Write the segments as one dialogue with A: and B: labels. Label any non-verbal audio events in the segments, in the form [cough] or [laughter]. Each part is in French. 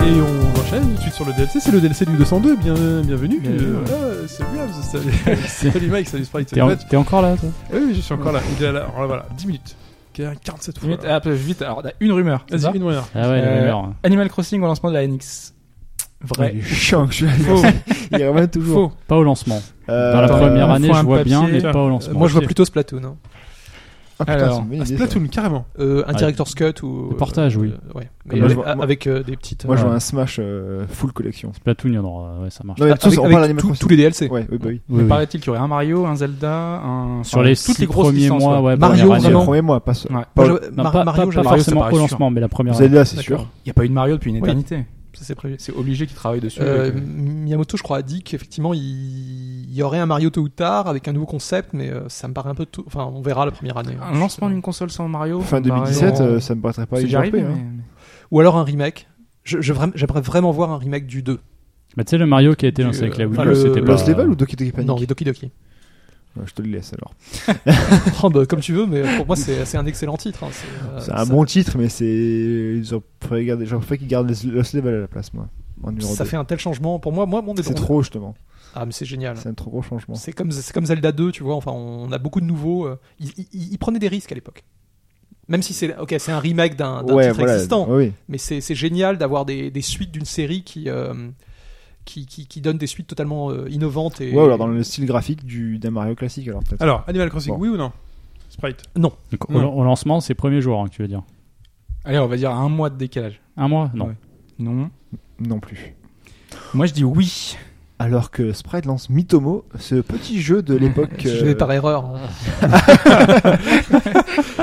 A: Et on enchaîne tout de suite sur le DLC. C'est le DLC du 202. Bien,
B: Bienvenue,
A: bienvenue. Euh,
B: ouais.
A: voilà, salut Abs,
B: [laughs]
A: salut, [laughs] salut Mike, salut Sprite,
B: T'es
A: salut
B: en-
A: Matt.
B: t'es encore là, toi
A: Oui, oui, je suis encore là. Il est là. Alors là, voilà, 10 minutes. Qu- 47 fois.
B: Minute- ah, parce que vite, alors, t'as une rumeur. c'est ça
A: Vas-y, une noire.
C: Ah ouais,
B: Euh,
C: la rumeur.
B: Animal Crossing au lancement de la NX. Vrai.
D: Il est chiant que je suis allé.
B: Faux. [laughs]
D: [laughs] Il revient toujours.
B: Faux.
C: Pas au lancement.
D: Euh,
C: Dans la
B: attends,
C: première
B: euh,
C: année,
B: faut
C: je
B: un
C: vois bien,
B: papier.
C: mais pas au
A: Euh,
C: lancement.
A: moi,
B: Moi,
A: je
B: je
A: vois
B: vois plutôt Splatoon.
D: Ah putain,
B: Alors,
D: c'est une bonne
A: Ah,
D: idée, ça.
A: Splatoon, carrément.
B: Euh, un
C: Ouais.
B: director's cut ou.
C: Le portage, oui.
B: euh, ouais.
D: Comme
B: Mais
D: moi, je
B: avec,
D: vois- moi-
B: avec, euh, des petites.
D: Moi, je
C: Ouais.
D: vois un Smash euh, full collection.
C: Splatoon, il y en aura. Ouais, ça marche.
D: Non, mais de toute
B: euh, avec,
D: façon, on
B: avec
D: parle d'Animal
B: tous-
D: Crossing.
B: tous les DLC.
D: Ouais, oui, bah oui.
C: Oui, oui.
B: Paraît-il qu'il y aurait un Mario, un Zelda, un.
C: Sur les
B: toutes
C: six
B: les grosses
C: premiers
B: licences,
C: mois,
B: ouais.
C: ouais,
B: Mario,
C: première année.
D: Le
B: vraiment.
D: premier mois, pas ce-
B: Ouais.
D: Pas-
B: Moi, je-
C: Non,
B: Mar-
C: pas,
B: Mario,
C: pas-
B: j'avais-
C: pas
B: Mario, ça
C: forcément
B: paraît
C: au
B: sûr.
C: lancement, mais la première année.
D: Zelda, c'est sûr.
B: D'accord. Il n'y a pas eu de Mario depuis une
A: Oui.
B: éternité. Ça, c'est prévu. C'est obligé qu'ils travaillent dessus.
A: Euh,
B: avec, euh,
A: Miyamoto, je crois, a dit qu'effectivement, il... il y aurait un Mario tôt ou tard avec un nouveau concept, mais euh, ça me paraît un peu tôt. Enfin, on verra la première année.
B: Un lancement d'une console sans Mario.
D: Fin
B: pareil,
D: 2017,
B: on-
D: euh, ça me paraîtrait pas
B: C'est déjà arrivé.
D: hyper hein.
B: mais-
A: Ou alors un remake. Je- je vra- J'aimerais vraiment voir un remake du 2.
C: Bah, tu sais, le Mario qui a été
A: Du,
C: lancé avec la
A: euh,
C: Wii
A: enfin,
C: U,
A: le-
C: c'était pas.
D: Lost Level ou Doki Doki Panic
A: Non, les Doki Doki.
D: Ouais, hein. Je te le laisse alors.
A: Oh, bah, comme tu veux, mais pour moi, c'est c'est un excellent titre. hein. C'est euh,
D: C'est un
A: ça-
D: bon titre, mais c'est. Ils auraient gardé. J'aurais préféré qu'ils gardent les- Lost Level à la place, moi. en numéro
A: Ça
D: deux.
A: fait un tel changement. Pour moi, moi mon
D: C'est trop, justement.
A: Ah, mais c'est génial.
D: C'est un trop gros changement.
A: C'est comme, c'est comme Zelda 2, tu vois. Enfin, on a beaucoup de nouveaux. euh, Ils, ils- ils prenaient des risques à l'époque. Même si c'est ok, c'est un remake d'un d'un titre existant,
D: Oui.
A: mais c'est c'est génial d'avoir des, des suites d'une série qui, euh, qui, qui qui donne des suites totalement euh, innovantes et.
D: Ouais, ou alors dans le style graphique du- d'un Mario classique, alors peut-être.
A: Alors, Animal Crossing,
D: Bon.
A: oui ou non Sprite.
C: Donc, au,
A: Non.
C: au lancement, c'est premier jour, hein, que tu veux dire.
B: Allez, on va dire un mois de décalage.
C: Un mois Non.
B: Ouais. Non.
D: Non plus.
B: Moi, je dis oui.
D: Alors que Sprite lance Mitomo, ce petit jeu de
B: [laughs]
D: l'époque.
A: Je vais
D: euh, [laughs]
A: par erreur. [laughs]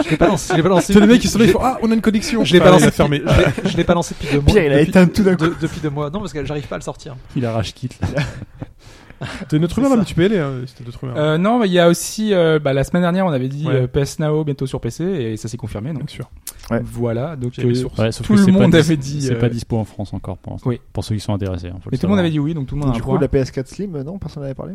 A: je l'ai pas lancé. Je l'ai pas lancé.
B: C'est les
A: depuis-
B: mecs qui sont là, ils font,
A: Ah, on a une connexion. Je l'ai
B: Putain,
A: pas lancé.
B: il a
A: depuis-
B: fermé.
A: je l'ai- Je l'ai pas lancé depuis deux mois.
D: Pierre, il a
A: depuis-
D: éteint tout d'un coup.
A: de- depuis deux mois. Non, parce que j'arrive pas à le sortir.
C: Il arrache quitte. là.
A: T'es notre
B: rumeur, là,
A: mais tu peux y aller. Hein, c'était d'autres rumeurs.
B: Euh, non, mais il y a aussi, euh, bah, la semaine dernière, on avait dit
A: Ouais.
B: euh, PS Now bientôt sur PC et ça s'est confirmé, donc.
A: sûr.
D: Ouais.
B: Voilà, donc.
A: J'ai les
B: euh,
A: sources.
C: Ouais, sauf
B: Tout
C: que
B: le
C: c'est pas
B: monde
C: dis-
B: avait dit,
C: C'est
B: euh,
C: pas dispo en France encore pour l'instant.
B: Oui.
C: Pour ceux qui sont intéressés. hein, faut
B: Mais tout le monde avait dit oui, donc tout le monde a un
D: Du coup,
B: point.
D: la PS4 Slim, non, personne n'avait parlé.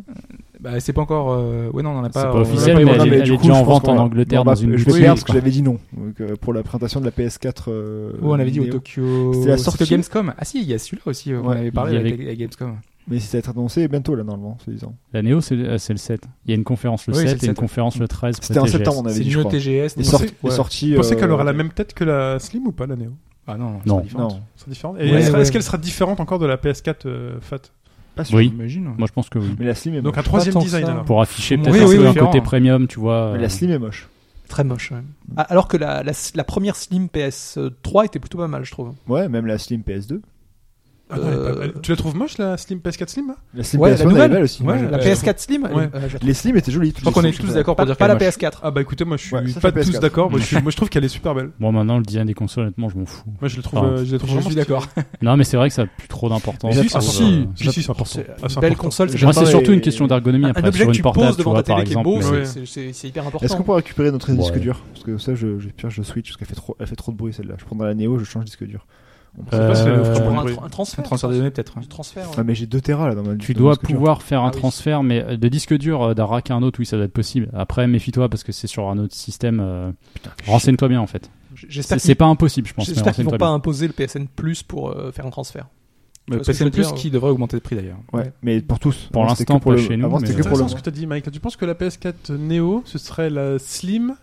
B: Bah, c'est pas encore. euh, Ouais, non, on en a pas.
C: pas
B: on en a
C: officiel,
B: pas eu
C: mais
B: vraiment.
C: elle est-
D: du
C: déjà en
D: je pense
C: vente
D: qu'on
C: en
D: va-
C: Angleterre
D: on va-
C: dans une
D: Je
C: boutique,
D: vais perdre parce que
C: quoi.
D: j'avais dit non donc, euh, pour la présentation de la PS4. euh,
B: Ouais, on avait dit au
D: Neo.
B: Tokyo.
D: C'était la sortie.
B: au Gamescom. Ah si, il y a celui-là aussi. euh, on
D: Ouais,
B: avait parlé
C: il y
B: avec la Gamescom.
D: Mais ça va être annoncé bientôt là normalement, se disant.
C: La Néo, c'est euh, c'est le 7. Il y a une conférence le
B: Oui, c'est
C: 7
B: le
C: et une
B: 7.
C: conférence le 13.
D: C'était en
C: TGS.
D: septembre, on avait
B: C'est
D: dit. je
B: le
D: crois.
B: TGS.
D: Les,
B: donc-
D: sorti-
A: pensez-
D: les
A: ouais.
D: sorties.
A: Vous pensez
D: euh,
A: qu'elle aura la même tête que la Slim ou pas, la Neo
B: Ah non, c'est
C: Non.
B: pas différent.
D: Non,
A: C'est différent. Et
B: Ouais,
A: est-ce
B: ouais.
A: est-ce qu'elle sera différente encore de la PS4 euh, Fat
D: pas sûr.
C: Oui,
B: J'imagine.
C: moi je pense que oui.
D: Mais la Slim est moche.
A: Donc un troisième
B: tant que
A: design
B: ça.
A: alors.
C: Pour afficher
B: Oui,
C: peut-être
B: oui,
C: un, peu un
B: différent.
C: côté premium, tu vois.
D: Mais
C: euh,
D: la Slim est moche.
A: Très moche. ouais. Ah, Alors que la, la, la première Slim PS3 était plutôt pas mal, je trouve.
D: Ouais, même la Slim PS2.
A: Attends, Ah elle est pas-
B: Euh,
A: elle- Tu la trouves moche la Slim PS4 Slim là
D: La Slim
A: Ouais, la
D: PS1 elle est
A: nouvelle.
D: belle aussi.
B: Ouais,
A: La
B: Euh,
A: PS4 Slim elle-
B: ouais.
A: euh, je la trouve
D: Les Slim étaient jolies.
B: Je crois qu'on est tous d'accord
A: pas,
B: pour dire
A: pas
B: qu'elle
A: la
B: est moche.
A: PS4. Ah bah écoutez, moi je suis
D: Ouais, ça,
A: pas
D: c'est
A: tous
D: PS4.
A: d'accord. Moi, je suis- moi, je trouve qu'elle est super belle.
C: Bon, maintenant, le design des consoles, honnêtement, je m'en fous.
A: Moi je la trouve,
C: Enfin,
A: euh, je la trouve
B: Je
A: vraiment
B: suis
A: stylée.
B: d'accord.
C: Non, mais c'est vrai que ça n'a plus trop d'importance.
D: Mais
C: je
A: Si, si,
C: trouve,
A: si,
C: euh,
A: si, si, c'est important. C'est Ah, une c'est belle important. console. c'est
C: Moi, c'est
D: J'attends
C: surtout
D: les-
C: une question d'ergonomie.
A: Un
C: Après,
A: objet
C: sur
A: que
C: une
A: tu poses
C: portable, tu
A: devant
C: vois,
A: ta
C: par
A: télé qui est
C: exemple.
A: beau,
C: mais-
A: c'est-
D: ouais.
A: c'est c'est- c'est hyper
D: Est-ce qu'on
A: important.
D: peut récupérer notre disque
C: Ouais.
D: dur Parce que ça, je, je pire, je switch parce qu'elle fait trop, elle fait trop de bruit celle-là. Je prends dans la Neo, je change disque dur. On peut-
A: Je sais pas si elle est
C: Euh,
A: offerte pour
C: pour un
A: un tra- un transfert.
B: Un transfert de
A: je pense.
B: données peut-être.
A: Du transfert. ouais.
D: Ah, mais j'ai 2 Tera là dans ma.
C: Tu
D: dans mon
C: dois
D: disque dur.
C: pouvoir faire un
A: Ah oui.
C: transfert, mais euh, de disque dur euh, d'un rack à un autre, oui, ça doit être possible. Après, méfie-toi parce que c'est sur un autre système. euh, Renseigne-toi bien, en fait.
A: J-
C: C'est
A: J'espère
C: c'est
A: qu'ils
C: pas impossible, je pense. mais
A: j'espère qu'ils vont
C: renseigne-toi
A: pas
C: bien.
A: imposer le PSN Plus pour euh, faire un transfert.
B: Le
A: vois ce que je veux
B: PSN Plus
A: dire
B: qui devrait augmenter de prix d'ailleurs.
D: Ouais, mais pour tous.
C: Pour
D: Avant, c'était
C: l'instant,
D: que pour
C: pas
D: le-
C: chez nous,
D: Avant,
C: mais-
D: c'était
A: C'est
D: que pour le.
A: intéressant ce que tu as dit, Mike. Tu penses que la PS4 Neo, ce serait la Slim,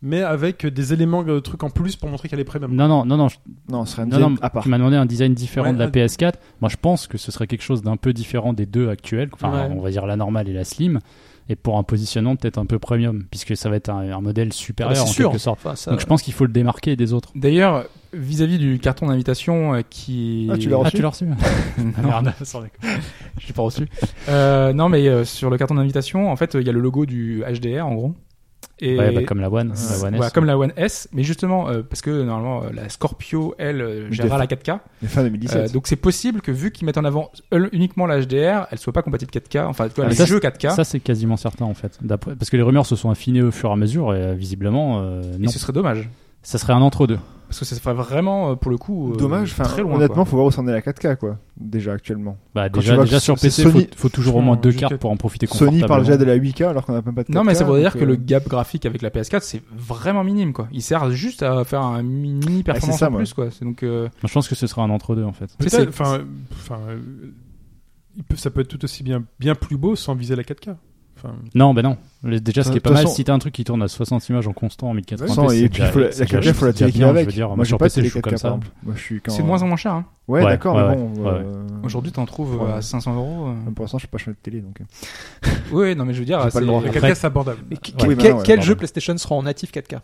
A: mais avec des éléments, euh, trucs en plus pour montrer qu'elle est premium
C: Non, non, non, non, je-
D: Non, ce serait un
C: non, non,
D: design à part.
C: tu m'as demandé un design différent
A: Ouais,
C: de la
A: un-
C: PS4. Moi, je pense que ce serait quelque chose d'un peu différent des deux actuels. Enfin,
A: Ouais.
C: on va dire la normale et la slim. Et pour un positionnement peut-être un peu premium, puisque ça va être un, un modèle
A: Ah bah,
C: supérieur
A: C'est
C: en
A: sûr.
C: quelque sorte.
A: Enfin, ça-
C: Donc je pense qu'il faut le démarquer des autres.
B: D'ailleurs, vis-à-vis du carton d'invitation euh, qui.
D: Ah, tu l'as reçu
C: Ah, tu l'as
A: [laughs]
C: reçu
B: [laughs]
A: Ah,
B: Non,
C: Merde.
B: [laughs] je l'ai pas reçu. Euh, non, mais euh, sur le carton d'invitation, en fait, euh, il y a le logo du HDR en gros. Et
C: Ouais, bah, comme la One.
B: Ouais,
C: la One S.
B: comme la One S, mais justement euh, parce que normalement euh, la Scorpio elle euh,
D: Je
B: gérera la
D: l'ai
B: 4K,
D: Mais fin
B: Euh,
D: 2017.
B: donc c'est possible que vu qu'ils mettent en avant euh, uniquement la HDR, elle soit pas compatible 4K, enfin tu vois,
C: Ah,
B: les
C: ça,
B: jeux 4K,
C: Ça, c'est quasiment certain en fait. D'après- Parce que les rumeurs se sont affinées au fur et à mesure et euh, visiblement, euh,
B: et
C: non.
B: ce serait dommage.
C: Ça serait un entre-deux.
B: Parce que ça ferait vraiment, euh, pour le coup, euh,
D: Dommage, enfin,
B: très loin.
D: honnêtement,
B: quoi.
D: faut voir où s'en est la 4K, quoi, déjà actuellement.
C: Bah,
D: Quand
C: déjà,
D: tu vois
C: déjà
D: que
C: sur
D: c'est
C: PC,
D: Sony-
C: faut, faut toujours au moins deux cartes pour en profiter
D: Sony
C: confortablement.
D: parle déjà de la 8K alors qu'on n'a même pas de 4K.
B: Non, mais ça veut dire
D: donc,
B: que le
D: euh,
B: gap graphique avec la PS4, c'est vraiment minime, quoi. Il sert juste à faire un mini
D: Ah, c'est
B: performance
D: ça,
B: en
D: moi.
B: plus, quoi. C'est donc, euh,
C: Je pense que ce sera un entre-deux en fait.
B: Tu sais,
E: Peut-être,
B: c'est-
E: enfin, euh, enfin, euh, il peut- ça peut être tout aussi bien, bien plus beau sans viser la 4K. Enfin,
C: Non, bah non. Le- Déjà, ce
D: De
C: qui est
D: toute
C: pas mal,
D: façon-
C: si t'as un truc qui tourne à 60 images en constant en 1080p,
D: sans-
C: c'est
D: et puis
C: déjà-
D: faut la,
C: c'est
D: la
C: déjà-
D: 4K, faut la
C: c'est déjà
D: télé
C: bien, je
D: avec.
C: veux dire,
D: moi,
C: moi,
D: j'ai
C: sur
D: pas
C: PC,
D: de
C: je
D: télé
C: joue
D: 4K,
C: comme
D: par
C: ça.
D: exemple. Moi, je suis quand.
B: c'est de moins en moins cher, hein.
D: Ouais,
C: Ouais,
D: d'accord,
C: ouais,
D: mais bon.
C: ouais,
D: euh,
B: Aujourd'hui, t'en trouves
D: Ouais. Ah
B: à 500 euros. euh.
D: Pour l'instant, je suis pas changé de télé, donc. euh,
B: Oui, oui, non, mais je veux dire,
D: J'ai pas
B: c'est-
D: le droit.
E: la
C: Après-
E: 4K, c'est abordable.
A: Mais qu-
D: Ouais,
A: quel-
D: maintenant, ouais,
A: quel
C: pardon.
A: jeu PlayStation sera en natif 4K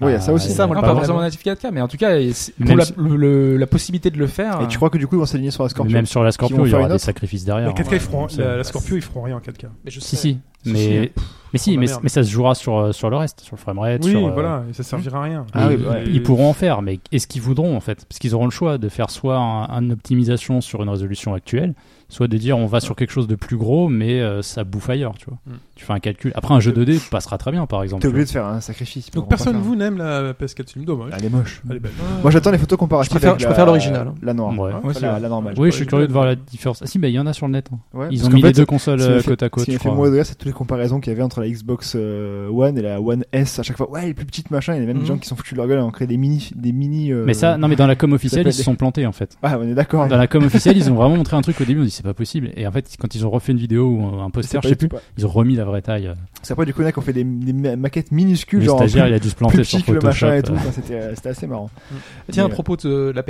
D: Ouais, il y a ça aussi.
A: C'est ça, moi,
B: Non,
A: le
B: pas,
A: problème.
B: forcément natif 4K, mais en tout cas, et c'est-
C: Même
B: pour la,
C: si-
B: le- le- la possibilité de le faire.
D: Et tu crois que du coup, ils vont s'aligner sur la
C: Mais
D: Scorpio
C: Même sur la Scorpio,
D: vont
C: il y
D: faire
C: aura
D: une
C: des
D: offre.
C: sacrifices derrière.
E: La 4K, ils
C: hein,
E: feront,
C: ça-
E: la, la Scorpio, ils feront rien en 4K.
A: Mais je
C: Si,
A: sais.
C: si.
E: Si,
C: Mais, mais si,
D: Oh,
E: la
C: mais,
E: merde.
C: mais ça se jouera sur, euh, sur le reste, sur le framerate.
E: Oui,
C: sur, euh,
E: voilà, et ça servira à rien.
D: Ah oui,
C: ils,
D: bah ouais.
C: ils pourront en faire, mais est-ce qu'ils voudront en fait Parce qu'ils auront le choix de faire soit un- une optimisation sur une résolution actuelle, soit de dire on va sur quelque chose de plus gros, mais euh, ça bouffe ailleurs, tu vois.
E: Mm.
C: Tu fais un calcul. Après, un jeu 2D passera très bien, par exemple.
D: T'es obligé de faire un sacrifice. ils
E: Donc
D: pourront pas
E: personne
D: faire.
E: vous n'aime la bah PS4 Slim,
C: Mm.
E: dommage.
D: Elle est moche.
E: Elle est belle.
D: Moi, j'attends les photos
A: Je
D: comparatives.
A: préfère-
D: avec
A: je
D: la-
A: préfère l'original. hein.
D: La noire.
C: Ouais.
B: euh,
D: Pas la, la normale.
C: Oui, je
E: Euh,
C: suis curieux de voir la différence. Ah si, bah, il y en a sur le net. hein.
D: Ouais,
C: Ils
D: parce
C: ont
D: qu'en
C: mis les
D: fait,
C: deux consoles
D: ce qui m'a
C: euh,
D: fait-
C: côte à
D: Ce
C: côte,
D: qui
C: je
D: m'a fait
C: crois.
D: moins rire, c'est toutes les comparaisons qu'il y avait entre la Xbox euh, One et la One S. À chaque fois, ouais, elle est plus petite, machin. Il y a même
A: Mhm.
D: des gens qui sont foutus de leur gueule à en créer des mini. Des mini euh,
C: Mais ça, non, mais dans la com officielle,
D: s'appelle
C: ils se sont plantés en fait.
D: Ah, on est d'accord.
C: Dans la com officielle, ils ont vraiment montré un truc au début, on dit c'est pas possible. Et en fait, quand ils ont refait une vidéo ou un
D: C'est
C: poster,
D: pas
C: je sais
D: du
C: plus,
D: tout pas-
C: ils ont remis la vraie taille.
D: C'est après du coup, là, qu'on fait des, des ma- maquettes minuscules,
C: Le
D: genre en
C: stagiaire,
D: plus-
C: il a dû se
D: plus
C: planter sur
D: petit que le
C: Photoshop.
D: machin et tout.
C: euh.
D: Enfin, C'était euh, c'était assez marrant.
A: Tiens, à
D: Mais, euh,
A: propos de la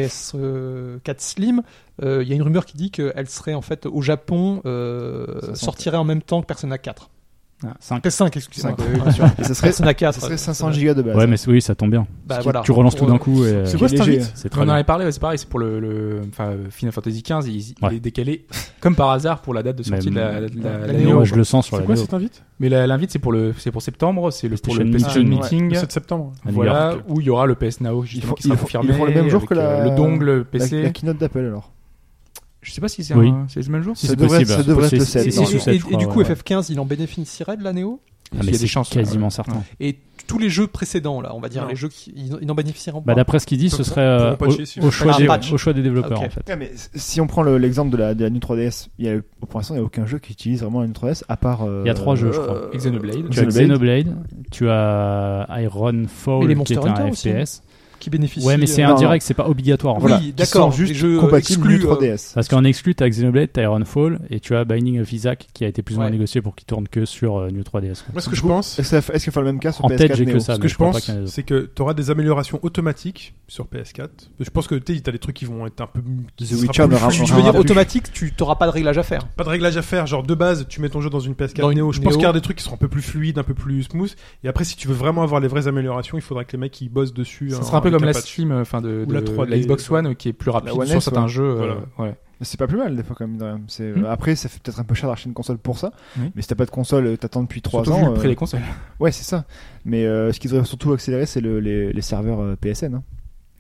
A: PS4 Slim, euh, il y a une rumeur qui dit qu'elle serait en fait au Japon, euh,
D: Ça sent-
A: sortirait en même temps que Persona 4.
C: Ah, cinq.
A: PS5, excusez-moi.
D: cinq, ouais, bien [laughs] sûr. Et ça serait, ça
A: Persona 4.
D: serait 500 gigas de base.
C: Ouais, mais c'est- oui, ça tombe bien.
A: Bah,
C: Parce que
A: voilà.
C: Tu relances
A: Pour,
C: tout d'un
A: euh,
C: coup et
E: C'est
C: euh,
E: quoi
D: qui est
E: cette
D: léger,
E: invite
C: c'est
B: On
C: très
B: en
C: bien.
B: avait parlé, ouais, c'est pareil, c'est pour le, le- enfin, euh, Final Fantasy XV, il, il
C: Ouais.
B: est décalé [laughs] comme par hasard pour la date de sortie
C: Même-
B: de la, de la-
A: Ouais.
B: la
A: Mais
B: Neo.
C: Moi, je le sens sur
E: C'est
C: la
E: quoi
C: vidéo.
E: cette invite
B: Mais la- l'invite, c'est pour le, c'est pour septembre, c'est le pour le
C: PlayStation
B: PlayStation
D: Meeting.
B: Meeting.
E: Le 7 septembre.
C: à New
B: Voilà,
C: York.
B: où il y aura le PS Now, justement,
D: font-
B: qui sera
D: ils font-
B: confirmé.
D: ils font le même jour
B: avec,
D: que la-
B: euh, Le dongle
D: La,
B: PC.
D: la keynote d'Apple alors.
B: Je sais pas si c'est
C: Oui.
B: un- c'est le même jour.
C: Si
D: ça
C: c'est
D: devrait-
C: possible,
D: ça devrait être le
C: c'est-
A: Et,
D: sept,
C: c'est-
D: non.
C: c'est-
A: et-
C: c'est- je
A: et- et
C: crois,
A: du coup,
C: ouais.
A: FF15, il en bénéficierait de la Néo
C: Ah,
B: il y
C: mais
B: a des
C: c'est
B: chances,
C: quasiment certain.
A: Et tous les jeux précédents, là, on va dire,
E: Non.
A: les jeux qui ils en- ils en bénéficieront
C: Bah,
A: pas.
C: d'après ce qu'il dit, ce
E: Pourront-
C: serait euh,
E: pourront patcher si-
C: au, au choix
A: Ah,
C: des,
A: patch.
C: au choix des développeurs
A: Ok.
C: en fait.
D: Ouais, mais s- si on prend le- l'exemple de la de la New 3DS, il y a, pour l'instant il n'y a aucun jeu qui utilise vraiment la New 3DS à part. euh,
C: Il y a trois jeux, je crois.
D: euh,
B: Xenoblade.
C: Tu as
D: Xenoblade.
C: Xenoblade, tu as Iron
A: Mais les
C: Fall qui
A: Monster
C: est un
A: Hunter aussi,
C: FPS.
A: Qui bénéficient.
C: Ouais, mais c'est
A: euh,
D: Non, non.
C: indirect, c'est pas obligatoire. en fait.
D: Voilà,
A: Oui,
D: qui
A: d'accord,
D: sont juste
A: les jeux, euh,
D: compatibles
A: exclus,
D: New 3DS.
C: Parce qu'en exclu, t'as Xenoblade, t'as Ironfall et tu as Binding of Isaac qui a été plus ou moins
A: Ouais.
C: négocié pour qu'il tourne que sur euh, New 3DS.
E: Moi, ce que je pense,
D: Est-ce que- est-ce qu'il faut le même cas sur
C: En
D: PS4
C: tête, j'ai que
D: Neo
C: ça.
E: ce
C: mais
E: que je
C: je crois pas
E: pense,
C: qu'il y en ait d'autres.
E: c'est que tu auras des améliorations automatiques sur PS4. Je pense que tu as des trucs qui vont être un peu. qui sera
D: Witcher
E: plus
D: n'aura-
E: fluide.
A: Tu veux dire automatique, tu t'auras pas de réglage à faire.
E: Pas de réglage à faire, genre de base, tu mets ton jeu dans une PS4
A: Dans une
E: Neo. Je pense
A: Neo.
E: qu'il y aura des trucs qui seront un peu plus fluides, un peu plus smooth. Et après, si tu veux vraiment avoir les vraies améliorations, il faudra que les mecs ils bossent dessus.
B: Ça
E: hein,
B: sera un peu
E: avec
B: comme la
E: patch.
B: Steam, euh, enfin de,
E: Ou
B: de-
E: la
B: de
E: 3D.
B: Xbox One euh, qui est plus
D: La
B: rapide sur
D: One S, hein.
B: certains
D: ouais.
B: jeux. euh,
E: Voilà.
B: ouais.
D: C'est pas plus mal des fois quand même. dans- c'est, euh,
B: Hmm.
D: Après, ça fait peut-être un peu cher d'acheter une console pour ça.
B: Oui.
D: Mais si t'as pas de console, euh, t'attends depuis 3
B: Surtout vu
D: ans.
B: le prix
D: euh,
B: des consoles.
D: Ouais, c'est ça. Mais euh, ce qui devrait surtout accélérer, c'est le- les, les serveurs euh, PSN. hein.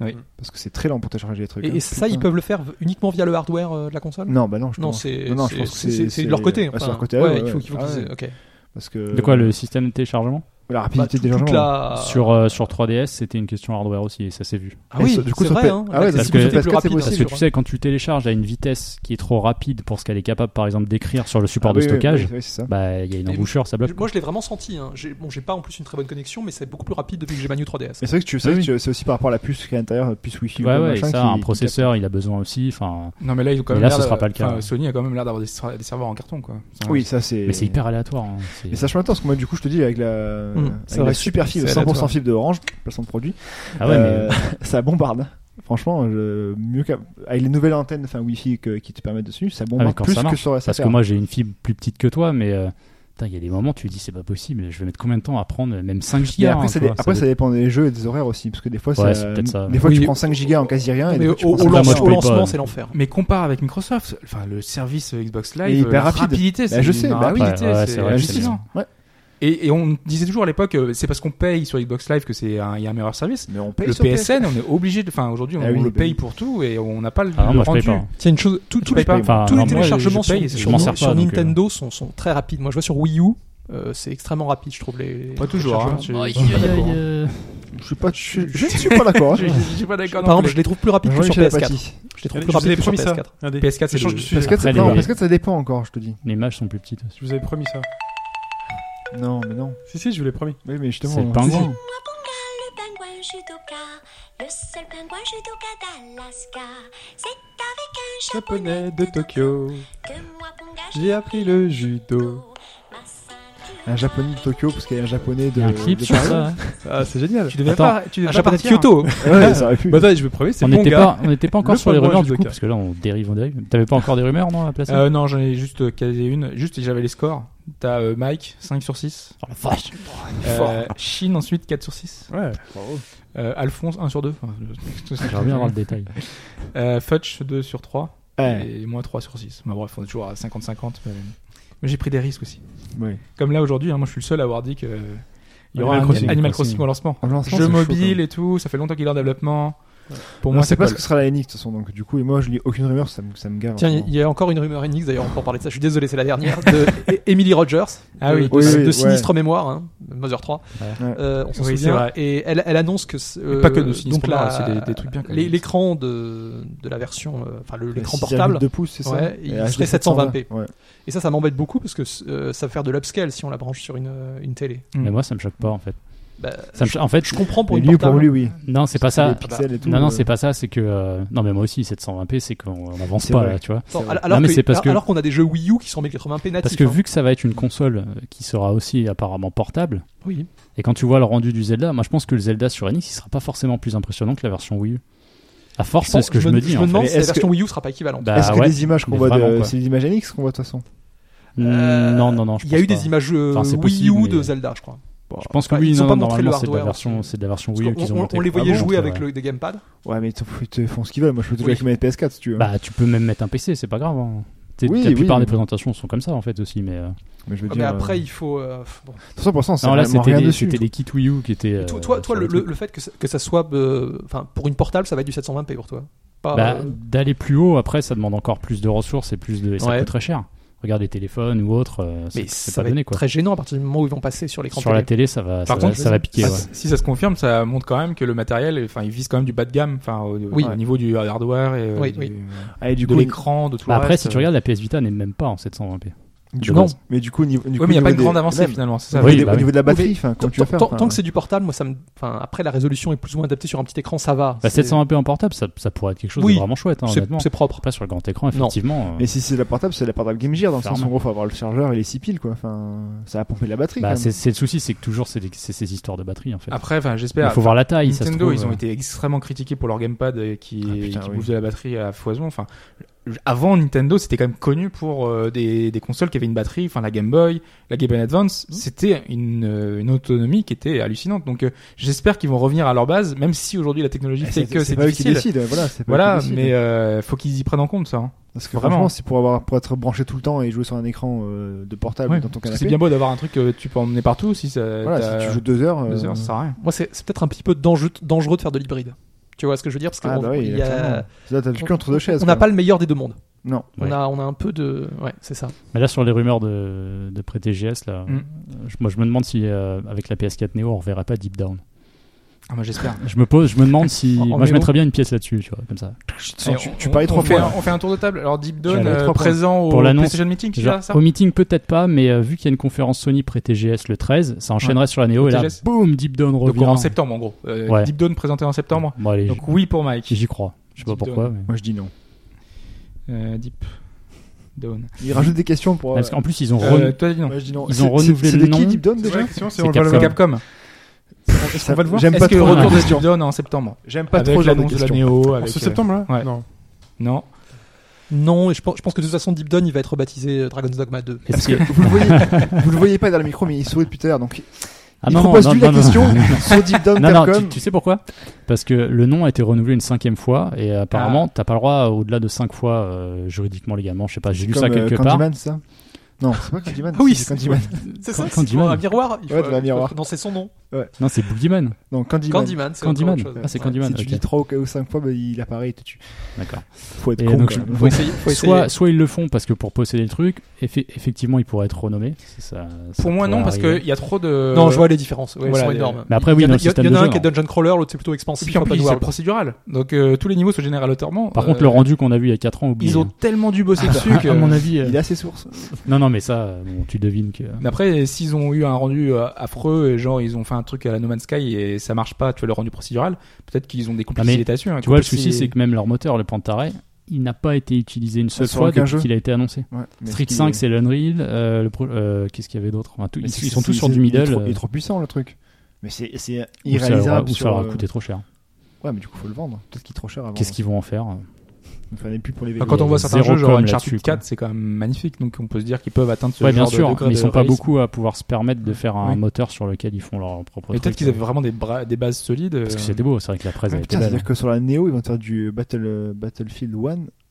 B: Oui.
D: Parce que c'est très lent pour télécharger les trucs.
A: Et,
D: hein.
A: et
D: Putain.
A: ça, ils peuvent le faire uniquement via le hardware euh, de la console
D: Non, bah non, justement.
A: Non, c'est
D: Non, non, je
A: c'est-
D: pense que
A: c'est-
D: c'est-
A: c'est de leur côté.
D: ouais, c'est de
A: enfin,
D: leur côté,
A: ouais,
D: ouais,
A: il faut,
D: ouais.
A: il faut
D: Ah
A: qu'ils-
D: ouais.
A: ok.
D: Parce que
C: De quoi le système de téléchargement
D: la
A: Bah,
D: rapidité
A: tout-
D: des hein. gens.
A: toute
D: Ah.
A: la-
C: sur, euh, sur 3DS, c'était une question hardware aussi, et ça s'est vu.
A: Ah oui,
D: Et sur- du coup,
A: c'est
D: sur
A: vrai.
D: P-
A: hein,
D: Ah ouais,
A: la
C: parce
A: qualité
C: que-
A: plus
D: parce que
A: rapide,
D: tu
C: Parce
A: c'est
C: que
A: sûr,
C: tu
A: hein.
C: sais, quand tu télécharges à une vitesse qui est trop rapide pour ce qu'elle est capable, par exemple, d'écrire sur le support
D: Ah
C: de
D: oui, oui,
C: stockage,
D: oui, oui, c'est ça.
C: bah il y a une
A: Mais-
C: embouchure, ça bloque.
A: Moi, je l'ai vraiment senti. hein. J'ai- Bon, j'ai pas en plus une très bonne connexion, mais c'est beaucoup plus rapide depuis que j'ai ma New 3DS.
D: Mais c'est vrai que tu c'est vrai que tu- c'est aussi par rapport à la puce qui est à l'intérieur, la puce Wi-Fi. ou
C: ouais,
D: quoi,
C: ouais, et
D: machin,
C: ça,
D: qui-
C: un
D: qui
C: processeur, il a besoin aussi. Enfin,
B: Non, mais là, ils ont quand
C: Mais
B: même
C: là,
B: l'air
C: ce
B: de-
C: sera pas le cas.
B: enfin, Sony a quand même l'air d'avoir des, stra- des serveurs en carton, quoi.
D: capte.
B: Ça-
D: Oui, ça c'est.
C: mais c'est hyper aléatoire. hein, c'est-
D: Mais ça change parce que moi, du coup, je te dis, avec la,
A: Hmm,
D: avec
A: c'est
D: la
A: vrai,
D: super
A: c'est
D: fibre 100%
A: aléatoire.
D: fibre de Orange, placement de produit,
C: Ah ouais, [laughs]
D: euh,
C: mais
D: ça bombarde. Franchement, je- mieux qu'à- avec les nouvelles antennes, enfin Wi-Fi que- qui te permettent dessus,
C: Ah,
D: ça
C: mais
D: bombarde
C: quand
D: plus
C: ça
D: que
C: marche,
D: sur la
C: parce que moi, j'ai une fibre plus petite que toi, mais euh, putain, il y a des moments, tu te dis, c'est pas possible, je vais mettre combien de temps à prendre même 5
D: Et
C: gigas
D: après,
C: hein,
D: ça,
C: tu
D: dé-
C: vois,
D: après,
C: ça
D: ça dépend des jeux et des horaires aussi, parce que des fois,
C: Ouais,
D: ça-
C: c'est peut-être ça.
D: des fois
A: Oui,
D: tu
A: mais-
D: prends 5 gigas en quasi rien, et des
A: Mais au,
D: fois, tu prends
A: au
D: 5
C: moi,
A: lancement,
C: je
A: au
C: paye
A: lancement,
C: pas.
A: c'est l'enfer.
B: Mais compare avec Microsoft, enfin le service Xbox Live,
D: Il est hyper
B: la
D: rapide.
B: rapidité, c'est
D: je
B: une
D: sais, bah oui.
B: rapidité,
C: Ouais, ouais, c'est
B: c'est
C: vrai,
B: hallucinant.
D: Ouais.
B: Et, et on disait toujours à l'époque, euh, c'est parce qu'on paye sur Xbox Live que c'est un, il y a un meilleur service.
D: Mais on paye
B: le
D: sur PS.
B: PSN, on est obligé de, enfin aujourd'hui, on,
D: Ah oui,
B: le
D: bah
B: paye
D: oui.
B: pour tout et on n'a pas le,
C: Ah non,
B: le
C: moi, je paye
B: rendu.
C: pas.
A: Tiens, une chose, tout- tous les,
D: paye pas.
C: Enfin,
A: tous les
C: alors, moi,
A: téléchargements
B: je paye,
A: sur,
B: je
A: sur
C: m'en
A: Ni-
C: sers pas,
A: sur
C: donc, euh.
A: Nintendo sont, sont très rapides. Moi, je vois sur Wii U, euh, c'est extrêmement rapide, je trouve. Les,
C: Oh,
B: Pas toujours. hein, tu-
C: Aïe, aïe, aïe, euh,
D: Je suis pas, je, suis- je ne suis pas
B: [laughs]
D: d'accord.
B: Je
D: hein.
B: je- je suis pas d'accord.
A: Par
B: non
A: exemple,
B: plus.
A: je les trouve plus rapides que sur
D: Jean-Michel
A: PS4.
D: Apathy.
A: Je les trouve
E: Je
A: plus
E: vous avais
A: rapides que sur
E: promis ça.
A: PS4.
E: Regardez.
B: PS4, c'est
E: Échange
B: le-
E: de
B: PS4,
E: sujet.
D: PS4, c'est-
C: Après,
D: non,
C: les-
D: PS4, ça dépend encore, je te dis.
C: Les images sont plus petites. aussi.
E: Je vous avais promis ça.
D: Non, mais non.
E: Si, si, je vous l'ai promis.
D: Oui, mais justement.
C: C'est le pingouin.
F: Le pingouin judoka, le seul pingouin judoka d'Alaska. C'est avec un japonais de Tokyo que moi, Ponga,
E: j'ai appris le judo.
F: judo. Ma ceinture
D: [laughs] Un japonais de Tokyo, parce qu'il y a un japonais de.
C: Il y a un clip
D: de
C: sur
D: Paris.
C: ça. hein.
E: Ah, c'est génial.
A: Tu devais
C: Attends,
A: pas, tu devais
B: Ah,
E: un
A: pas
E: japonais
A: partir. hein.
E: de Kyoto.
D: Ouais, ça aurait pu.
E: Bah, attends, je vous promets, c'est
C: On
E: mon
C: n'était
E: gars.
C: pas, on n'était pas encore
E: Le
C: sur les
E: pingouin
C: rumeurs du coup,
E: judoka.
C: parce que là on dérive, on dérive. T'avais pas encore des rumeurs, non, à placer
B: Euh, non, j'en ai juste euh, casé une. Juste, j'avais les scores. T'as euh, Mike, 5 sur 6.
C: Oh la vache
B: Euh, Chine, ensuite, 4 sur 6.
E: Ouais.
B: Euh, Alphonse, 1 sur 2.
C: J'aimerais Ah, bien avoir le détail.
B: Euh, Futch, 2 sur 3.
D: Ouais.
B: Et moins 3 sur 6. Bah, bref, on est toujours à 50-50. Mais, mais j'ai pris des risques aussi.
D: Ouais.
B: Comme là aujourd'hui, hein, moi je suis le seul à avoir dit que. euh, Il y aura
E: Animal
B: un
E: Crossing.
B: Animal Crossing au lancement.
D: En lancement,
B: Jeu
D: c'est chaud,
B: mobile
D: quand même.
B: et tout, ça fait longtemps qu'il est en développement. Pour
D: On
B: moi,
D: sait
B: c'est
D: pas
B: pas
D: ce que sera la NX de toute façon, donc du coup, et moi je lis aucune rumeur, ça me, ça me gave.
A: Tiens,
D: en ce
A: il y a encore une rumeur Enix d'ailleurs, on peut en parler de ça, je suis désolé, c'est la dernière, de E- Emily Rogers,
B: Ah
A: de,
B: oui.
A: de,
D: Oui, oui,
A: de
D: ouais.
A: sinistre mémoire, hein, Mother 3,
D: Ouais. Ouais.
A: Euh, on s'en
B: Oui, c'est
A: souvient,
B: vrai.
A: et elle, elle annonce que... c'est, euh,
B: Pas que de sinistre
A: donc
B: mémoire,
A: la-
B: c'est des- des trucs bien, quand même.
A: les- L'écran de, de la version, euh, enfin le-
D: moment.
A: l'écran
D: Euh,
A: portable,
D: 6,2 pouces, c'est ça
A: Ouais, il
D: Et
A: serait
D: HD
A: 720p.
D: Ouais.
A: et ça ça m'embête beaucoup parce que euh, ça va faire de l'upscale si on la branche sur une, euh, une télé.
B: Mm.
C: Mais moi ça me choque pas en fait.
A: Bah,
C: Ça me cho- En fait,
A: je comprends pour
D: Mais
A: une
D: lui, pour
A: portable,
D: lui, oui.
C: non, c'est pas
D: Les
C: ça.
D: pixels et tout.
C: Non, non,
D: euh,
C: c'est pas ça, c'est que. euh, Non, mais moi aussi, 720p, c'est qu'on on avance
D: C'est
C: pas,
D: vrai.
C: là, tu vois.
A: Attends,
D: C'est vrai.
A: alors
C: Non, mais
A: que-
C: c'est parce que-
A: alors qu'on a des jeux Wii U qui sont en 1080p natifs.
C: Parce que
A: hein.
C: vu que ça va être une console euh, qui sera aussi apparemment portable,
A: Oui.
C: et quand tu vois le rendu du Zelda, moi je pense que le Zelda sur NX, il sera pas forcément plus impressionnant que la version Wii U. À force, c'est
A: pense-
C: ce que je me dis.
A: Je
C: en
A: me
C: fait.
A: demande
D: Mais
A: si la
D: est-ce que-
A: version Wii U sera pas équivalente.
C: Bah,
D: Est-ce que
C: ouais.
D: les images qu'on
C: Mais
D: voit, de-
C: vraiment, quoi.
D: c'est des images NX qu'on voit de toute façon
A: Euh,
C: Non, non, non. je
A: Il y a
C: pense
A: eu
C: pas.
A: des images euh,
C: Enfin, c'est
A: Wii
C: possible,
A: U
C: mais-
A: de Zelda, je crois.
C: Je pense que
A: Bah,
C: oui,
A: ils ont
C: non,
A: pas
C: non,
A: montré le
C: normalement, c'est de la
A: hardware
C: version,
A: aussi.
C: c'est de la version
A: Parce
C: Wii U
A: qu'on-
C: qu'ils ont
A: on,
C: monté.
A: on les voyait
C: Ah bon,
A: jouer
C: c'est
A: avec
C: vrai.
A: le, des gamepads.
D: Ouais, mais ils t'en foutent, ils te font ce qu'ils veulent. Moi, je peux jouer
A: Oui.
D: avec ma PS4 si tu veux.
C: Bah, tu peux même mettre un PC, c'est pas grave. hein. T'sais,
D: Oui,
C: la
D: oui.
C: plupart des présentations sont comme ça en fait aussi, mais euh,
D: mais je veux
A: Ah, mais
D: dire,
A: après,
D: euh,
A: il faut. euh, pff, bon.
D: De toute façon, pour l'instant, c'est
C: non là
D: vraiment
C: c'était
D: rien
C: des,
D: dessus.
C: c'était des kits Wii U qui étaient. euh,
A: toi, toi, toi,
C: sur
A: le,
C: truc.
A: le- le fait que ça, que ça soit. euh, Enfin, pour une portable, ça va être du 720p pour toi. Pas,
C: Bah,
A: euh,
C: d'aller plus haut après, ça demande encore plus de ressources et plus de, et ça
A: Ouais.
C: coûte très cher. Regarde les téléphones ou autres, euh,
A: mais
C: c'est c'est
A: ça
C: pas
A: va
C: donné
A: être
C: quoi.
A: très gênant à partir du moment où ils vont passer sur l'écran.
C: Sur la
A: télé.
C: télé, ça va, ça,
B: Par
C: va-
B: contre,
C: ça va piquer.
B: Ah,
C: ouais.
B: si- Si ça se confirme, ça montre quand même que le matériel, enfin, il vise quand même du bas de gamme, enfin, au,
A: Oui.
B: au niveau du hardware et euh,
A: Oui,
B: du-
A: oui.
D: Ah, et du
B: de
D: coup,
B: l'écran, de tout
C: Bah
B: le
C: après,
B: reste,
C: si tu
B: euh.
C: regardes, la PS Vita n'est même pas en 720p.
D: du
C: Non.
D: coup, mais du coup, au niveau, du
B: Ouais,
D: coup,
B: mais il n'y a
D: au
B: pas
D: niveau
B: une grande
D: des-
B: avancée
D: même,
B: finalement, c'est ça.
D: au niveau
C: Oui,
D: des-
C: bah
D: Au niveau de la
A: Oui, mais
D: batterie, enfin,
A: Tant,
D: quand tu vas faire.
A: tant-
D: enfin,
A: tant que c'est du portable, moi, ça me. Enfin, après, la résolution est plus ou moins adaptée sur un petit écran, ça va.
C: Bah,
A: C'est-
C: 720p en portable, ça, ça pourrait être quelque chose
A: Oui.
C: de vraiment chouette, hein,
A: c'est-
C: honnêtement.
A: c'est propre.
C: Après, sur le grand écran, effectivement. euh,
D: Mais si c'est la portable, c'est la portable Game Gear, dans le
C: Ferme.
D: sens où en gros, faut avoir le chargeur et les 6 piles, quoi. Enfin, ça va pomper de la batterie.
C: bah,
D: quand même.
C: c'est c'est le souci, c'est que toujours, c'est des- c'est ces histoires de batterie en fait.
B: Après, enfin,
C: Il
B: j'espère.
C: faut voir la taille, ça se
B: Nintendo,
C: trouve,
B: ils ont
C: euh,
B: été extrêmement critiqués pour leur gamepad euh, qui,
D: Ah, putain,
B: qui
D: oui.
B: bouffe de la batterie à foison. Enfin, je- avant Nintendo, c'était quand même connu pour euh, des, des consoles qui avaient une batterie. Enfin, la Game Boy, la Game Boy Advance, c'était une, euh, une autonomie qui était hallucinante. Donc, euh, j'espère qu'ils vont revenir à leur base, même si aujourd'hui la technologie
D: Eh,
B: fait que c'est
D: pas eux qui
B: difficile.
D: décident, voilà. c'est pas eux
B: Voilà,
D: qui décident.
B: mais euh, faut qu'ils y prennent en compte ça. hein.
D: Parce que
B: Vraiment.
D: franchement, c'est pour avoir pour être branché tout le temps et jouer sur un écran euh, de portable
B: Ouais,
D: dans ton
B: parce que
D: canapé.
B: c'est bien beau d'avoir un truc que tu peux emmener partout si ça.
D: Voilà,
B: t'as
D: si tu joues deux heures,
B: deux
D: euh,
B: heures, ça sert à rien.
A: Moi, c'est c'est peut-être un petit peu dangereux, dangereux de faire de l'hybride. Tu vois ce que je veux dire Parce que
D: Ah
A: on-
D: bah oui,
A: il y a-
D: clairement. là t'as le cul
A: on-
D: entre deux chaises.
A: on n'a
D: quoi.
A: pas le meilleur des deux mondes.
D: Non.
A: On,
C: Ouais.
A: a, on a un peu de. Ouais, c'est ça.
C: Mais là, sur les rumeurs de, de pré-TGS, là,
B: Mm.
C: euh, je- moi, je me demande si, euh, avec la PS4 Neo, on reverra pas Deep Down.
B: Ah, moi
D: [laughs]
B: j'espère.
C: Je me pose, je me demande si.
A: En- en
C: moi, je
A: Neo
C: mettrais bien une pièce là-dessus, tu vois, comme ça.
D: sens-
B: Eh,
D: tu-
B: on-
D: tu paries
B: on-
D: trois
B: on fait
D: fois,
B: un-
D: là.
B: On fait un tour de table. Alors Deep Dawn
D: allé
B: euh,
D: trois fois.
B: présent au
C: Pour l'annonce,
B: PlayStation Meeting, tu
C: Genre,
B: verras ça
C: au meeting, peut-être pas, mais euh, vu qu'il y a une conférence Sony pré-TGS le 13, ça enchaînerait sur la Neo, et là,
B: TGS.
C: boum, Deep Down
B: Donc
C: revient.
B: en septembre en gros. Euh,
C: Ouais.
B: Deep Dawn présenté en septembre.
C: Bon, allez,
B: Donc oui pour Mike.
C: j'y j'y crois. Je sais pas
B: Deep
C: pourquoi. mais-
D: Moi je dis non.
B: Euh, Deep Dawn.
D: Ils rajoutent des questions pour. euh,
C: Parce qu'en plus, ils ont.
B: Euh,
C: re-
B: toi dis non.
D: Moi je dis non.
C: ils
D: C'est-
C: ont
D: c'est-
C: renouvelé
D: C'est
C: le
D: de qui
C: nom.
D: Deep Down déjà
E: C'est
C: on
E: on
C: va le
B: C'est
C: voir.
B: Capcom.
D: Ça-
B: On va le voir.
D: J'aime
B: Est-ce
D: pas
B: que
D: trop
B: retour
D: la
B: de Deep
D: question.
B: Dawn en septembre
D: J'aime pas
B: Avec
D: trop ce genre de
B: l'annonce de la
D: questions.
B: Neo.
E: En
B: avec,
E: ce
B: euh,
E: septembre là
B: Ouais.
E: Non.
B: Non.
A: Non, et je pense, je pense que de toute façon, Deep Down, il va être rebaptisé euh, Dragon's Dogma 2.
D: Parce que vous le voyez, vous le voyez pas dans le micro, mais il sourit depuis tout à l'heure. Donc
C: Ah,
D: il
C: non, non,
D: propose
C: non,
D: lui
C: non,
D: la
C: non. [laughs]
D: question sur Deep Down
C: Non, non,
D: Capcom.
C: tu, tu sais pourquoi Parce que le nom a été renouvelé une cinquième fois et apparemment, t'as pas le droit euh, au-delà de cinq fois euh, juridiquement, légalement. Je sais pas, j'ai lu ça
D: Comme, euh,
C: quelque part.
D: Candyman, c'est ça Non, c'est pas Candyman.
A: Ah oui,
D: c'est
A: c'est-
D: Candyman.
A: C'est
C: Quand-
A: ça,
C: quand
A: c'est
C: Dylan-
A: un miroir. Il
D: Ouais, dans un miroir.
A: Non, c'est son nom.
C: Non, c'est Boogeyman.
D: Non, Candyman.
A: Candyman, c'est
C: Candyman.
A: encore autre chose.
C: Ah, c'est
A: Ouais.
C: Candyman.
D: Si tu
C: ok.
D: dis 3 ou 5 fois, bah, il apparaît et te tue.
C: D'accord.
D: Faut être
C: Et
D: con.
C: donc,
D: quoi.
C: je-
A: Faut essayer. Faut essayer.
C: Soit, soit ils le font parce que pour posséder le truc, effe- effectivement, ils pourraient être renommés. Ça- ça
B: Pour moi, non,
C: pourrait
B: parce
C: arriver.
B: qu'il y a trop de.
A: Non, je vois euh, les Bah, différences. Ouais,
B: Voilà,
A: elles sont
B: les-
A: énormes.
C: Mais après, oui,
A: il y, en
C: dans
A: a-
C: le
A: il y en a-
C: système
A: il y en
C: de
A: a un
C: jeu,
A: qui est
C: hein.
A: dungeon crawler, l'autre c'est plutôt
B: Et
A: expansif. hein,
B: puis en
A: open
B: plus, c'est
A: world.
B: procédural. Donc euh, tous les niveaux se génèrent aléatoirement.
C: Par
B: Euh,
C: contre, le rendu qu'on a vu il y a 4 ans, oublie.
B: Ils ont tellement dû bosser dessus que.
C: à mon avis. euh,
D: Il a ses sources.
C: Non, non, mais ça, euh, bon, tu devines que.
B: Mais après, s'ils ont eu un rendu euh, affreux et genre ils ont fait un truc à la No Man's Sky et ça marche pas, tu vois, le rendu procédural, peut-être qu'ils ont des
C: Ah, mais
B: complicités là-dessus. hein,
C: Tu vois, le
B: complicité-
C: souci, c'est que même leur moteur, le Pantarei, il n'a pas été utilisé une seule
D: Sur
C: fois
D: aucun
C: depuis
D: jeu.
C: qu'il a été annoncé.
D: Ouais, mais
C: Street
D: est-ce qu'il
C: 5,
D: est-
C: c'est l'Unreal. euh, le pro- euh, Qu'est-ce qu'il y avait d'autre Enfin, tout-
D: mais
C: Ils,
D: c'est-
C: ils sont
D: c'est-
C: tous sur
D: c'est-
C: du
D: Il est
C: middle.
D: trop, il
C: euh,
D: est trop puissant le truc. Mais c'est c'est
C: ou ça aura-
D: irréalisable.
C: Ou ça aura
D: sur, euh,
C: coûté trop cher.
D: Ouais, mais du coup, faut le vendre. Peut-être qu'il est trop cher avant.
C: Qu'est-ce Ah, qu'ils vont en faire
D: Faire des pubs pour les
B: Enfin,
D: vélos.
B: quand on voit certains
C: Zéro
B: jeux, genre
C: com
B: Uncharted
C: là-dessus, quoi.
B: 4, c'est quand même magnifique, donc on peut se dire qu'ils peuvent atteindre ce
C: Ouais, bien
B: genre de
C: sûr,
B: degré
C: mais ils
B: de
C: sont pas
B: réalisme.
C: beaucoup à pouvoir se permettre de faire un
B: Oui.
C: moteur sur lequel ils font leur propre
B: Et
C: truc. euh.
B: peut-être qu'ils avaient vraiment des, bras, des bases solides.
C: Parce que
B: euh,
C: c'était beau, c'est vrai que la presse
D: Ouais,
C: elle était
D: putain,
C: belle.
D: c'est-à-dire que sur la Neo, ils vont te faire du Battle, euh, Battlefield 1.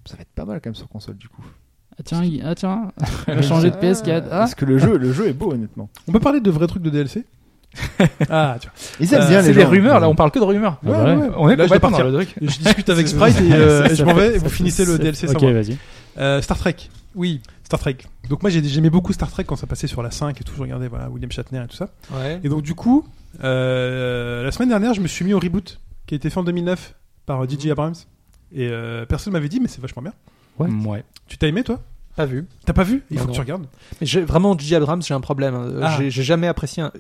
D: Ça va être pas mal quand même sur console du coup.
C: Ah tiens, il- ah, [laughs] tiens, elle a changé de PS4. Ah.
D: Parce que le jeu, le jeu est beau honnêtement.
E: On peut parler de vrais trucs de
B: [laughs]
E: DLC Ah, tu vois.
D: Ils aiment
B: euh,
D: bien
B: c'est
D: les
B: des
D: gens.
B: rumeurs, là, on parle que de rumeurs.
C: Ah bah ouais.
B: On est
E: Là, je dois
B: complètement dans
E: partir.
B: le truc.
E: Je discute avec Sprite et
B: [laughs]
E: euh, je m'en vais et vous finissez le DLC sans
C: Ok,
E: moi.
C: vas-y.
E: Euh, Star Trek. Oui. Star Trek. Donc moi j'ai- j'aimais beaucoup Star Trek quand ça passait sur la 5 et tout, je regardais voilà, William Shatner et tout ça.
A: Ouais.
E: Et donc du coup, euh, la semaine dernière, je me suis mis au reboot qui a été fait en 2009 par euh, DJ
A: Mhm.
E: Abrams. Et euh, personne m'avait dit, mais c'est vachement bien.
C: Ouais.
B: Ouais.
E: Tu t'as aimé toi
A: Pas vu.
E: T'as pas vu Il
A: Non,
E: faut
A: non.
E: que tu regardes.
A: Mais j'ai- vraiment, J. Abrams, j'ai un problème. hein. Euh,
E: Ah.
A: J'ai j'ai jamais apprécié un-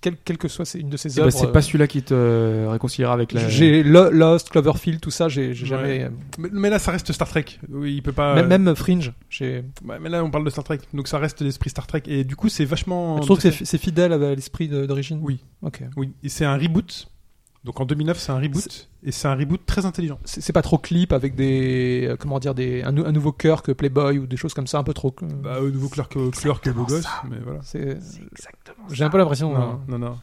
A: quel, quel que soit c'est une de ses
B: Eh ben,
A: œuvres.
B: c'est pas celui-là qui te euh, réconciliera avec la.
A: J'ai Lo- Lost, Cloverfield, tout ça, j'ai j'ai
E: Ouais.
A: jamais. euh,
E: Mais, mais là, ça reste Star Trek. Oui, il peut pas.
A: même-
E: euh,
A: Même Fringe, j'ai.
E: ouais, mais là, on parle de Star Trek, donc ça reste l'esprit Star Trek. Et du coup, c'est vachement.
A: Je trouve que c'est fi- c'est fidèle Oh, à l'esprit de- d'origine.
E: Oui.
A: Ok.
E: Oui, et c'est un reboot. Donc en 2009, c'est un reboot et c'est un reboot très intelligent.
A: C'est c'est pas trop clip avec des euh, comment dire des un, nou- un nouveau cœur que Playboy ou des choses comme ça un peu trop. euh,
E: Bah, au nouveau Clark, euh, Clark et beau gosse, mais voilà.
A: c'est J'ai un peu l'impression. hein.
E: Non, non, non.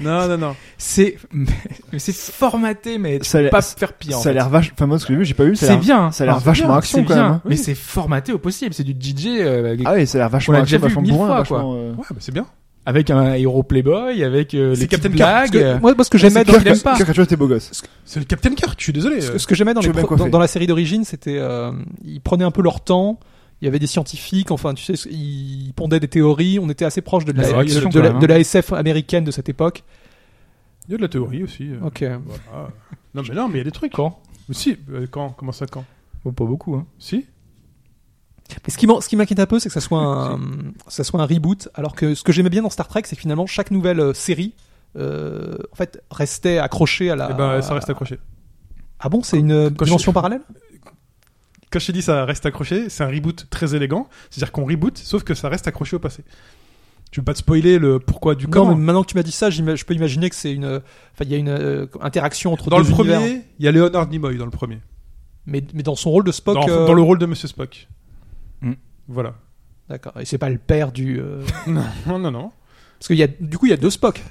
E: non, non, non.
B: [laughs] C'est, mais c'est formaté, mais tu
D: Ça a
B: peux
D: l'air-
B: pas faire pire. en
D: Ça a
B: fait.
D: l'air vache. Enfin moi ce que j'ai vu, j'ai pas vu. ça a
B: C'est
D: l'air-
B: bien.
D: ça a l'air
B: Enfin,
D: vachement
B: c'est bien,
D: action,
B: c'est
D: quand
B: bien.
D: même, hein.
B: Mais c'est formaté au possible. C'est du DJ euh,
D: Ah oui, ça a l'air vachement
B: On l'a déjà
D: action,
B: vu
D: vachement
B: mille fois,
D: bourrin,
B: quoi.
D: vachement. euh,
E: Ouais, bah, c'est bien.
B: avec un héros Playboy, avec euh, les
E: C'est Captain
B: petites
E: Kirk, parce
B: blagues.
A: Moi, moi, ce que
B: Ouais,
A: j'aimais
B: c'est
A: dans,
B: clair
D: Kirk,
B: l'aime pas.
D: Kirk, tu vois, t'es beau gosse.
E: C'est le Captain Kirk, je suis désolé.
A: ce que- ce que j'aimais dans,
D: Tu
A: les
D: veux bien
A: pro-
D: coiffer.
A: dans, dans la série d'origine, c'était euh, ils prenaient un peu leur temps. Il y avait des scientifiques, enfin, tu sais, ils pondaient des théories. On était assez proche de la,
B: La
A: de-
B: réaction,
A: de la-
B: quand même, hein.
A: de la SF américaine de cette époque.
E: Il y a de la théorie aussi. euh,
A: Ok.
E: voilà. Non, mais non, mais il y a des trucs.
B: Quand
E: Mais si, euh, quand Comment ça, quand
B: Bon, Pas beaucoup. Hein.
E: Si
A: Mais ce qui m'en- ce qui m'inquiète un peu, c'est que ça soit un, ça soit un reboot, alors que ce que j'aimais bien dans Star Trek, c'est que finalement chaque nouvelle euh, série, euh, en fait, restait accrochée à la.
E: Eh ben, ça reste accroché.
A: Ah bon, c'est une euh,
E: quand je-
A: dimension parallèle.
E: Quand je t'ai dit ça reste accroché, c'est un reboot très élégant. C'est-à-dire qu'on reboot, sauf que ça reste accroché au passé. Je veux pas te spoiler le pourquoi du
A: Non,
E: comment.
A: mais maintenant que tu m'as dit ça, j'ima- je peux imaginer que c'est une, euh, enfin, il y a une euh, interaction entre
E: dans
A: deux
E: le premier,
A: univers.
E: il y a Leonard Nimoy dans le premier.
A: Mais, mais dans son rôle de Spock.
E: dans,
A: euh,
E: dans le rôle de Monsieur Spock.
B: Hmm.
E: Voilà. [laughs]
A: D'accord. Et c'est pas le père du. euh,
E: Non, non, non.
A: Parce qu'il y a, du coup, il y a deux Spock.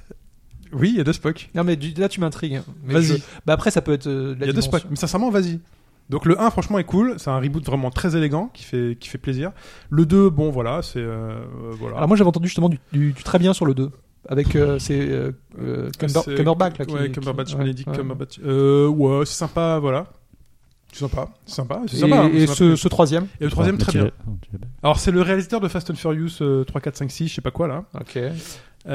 E: Oui, il y a deux Spock.
A: Non, mais du- là, tu m'intrigues. Mais
E: Vas-y.
A: je- Bah après, ça peut être. euh, la
E: Il y a deux
A: dimension.
E: Spock. Mais sincèrement, vas-y. Donc le 1, franchement, est cool. C'est un reboot vraiment très élégant qui fait, qui fait plaisir. Le 2, bon, voilà, c'est. euh, euh, voilà.
A: Alors moi, j'avais entendu justement du, du- du très bien sur le 2 avec
E: [laughs]
A: euh, c'est euh, euh, Cumber-
E: Ah, C'est-
A: Cumberbatch là. qui-
E: ouais,
A: qui-
E: Cumberbatch,
A: ouais,
E: Benedict
A: ouais.
E: Cumberbatch. Euh, ouais, c'est sympa, voilà. C'est sympa, c'est sympa, c'est
A: Et,
E: sympa. hein,
A: et
E: c'est
A: ce,
E: sympa.
A: ce troisième.
E: Et le troisième,
C: Mais
E: très
C: tu
E: bien.
C: l'as- non, tu l'as pas.
E: Alors, c'est le réalisateur de Fast and Furious euh, 3, 4, 5, 6, je sais pas quoi, là.
A: Ok.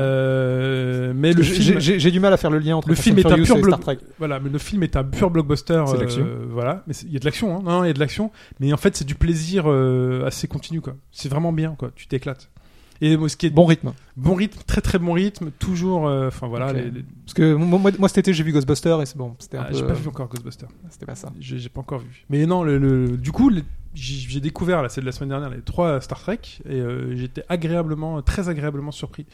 E: Euh, mais le film,
A: J'ai j'ai- j'ai du mal à faire le lien entre
E: Le
A: Fast
E: film
A: and
E: est un
A: Furious
E: pur
A: et
E: bloc-
A: Star Trek.
E: voilà, mais le film est un pur blockbuster.
B: C'est de
E: euh,
B: l'action.
E: voilà, mais c'est- il y a de l'action, hein. Non, non, il y a de l'action. Mais en fait, c'est du plaisir euh, assez continu, quoi. C'est vraiment bien, quoi. Tu t'éclates. Et moi, ce qui est bon,
A: Bon rythme.
E: rythme, très très bon rythme, toujours. euh, Enfin voilà,
A: Ok.
E: les- les-
A: Parce que moi, moi- moi, cet été j'ai vu Ghostbusters et c'est bon, c'était un
E: Ah,
A: peu.
E: j'ai pas vu encore Ghostbuster.
A: C'était pas ça.
E: J'ai j'ai pas encore vu. Mais non, le, le- du coup, le- j'ai j'ai découvert, là, c'est de la semaine dernière, les trois Star Trek, et euh, j'étais agréablement, très agréablement surpris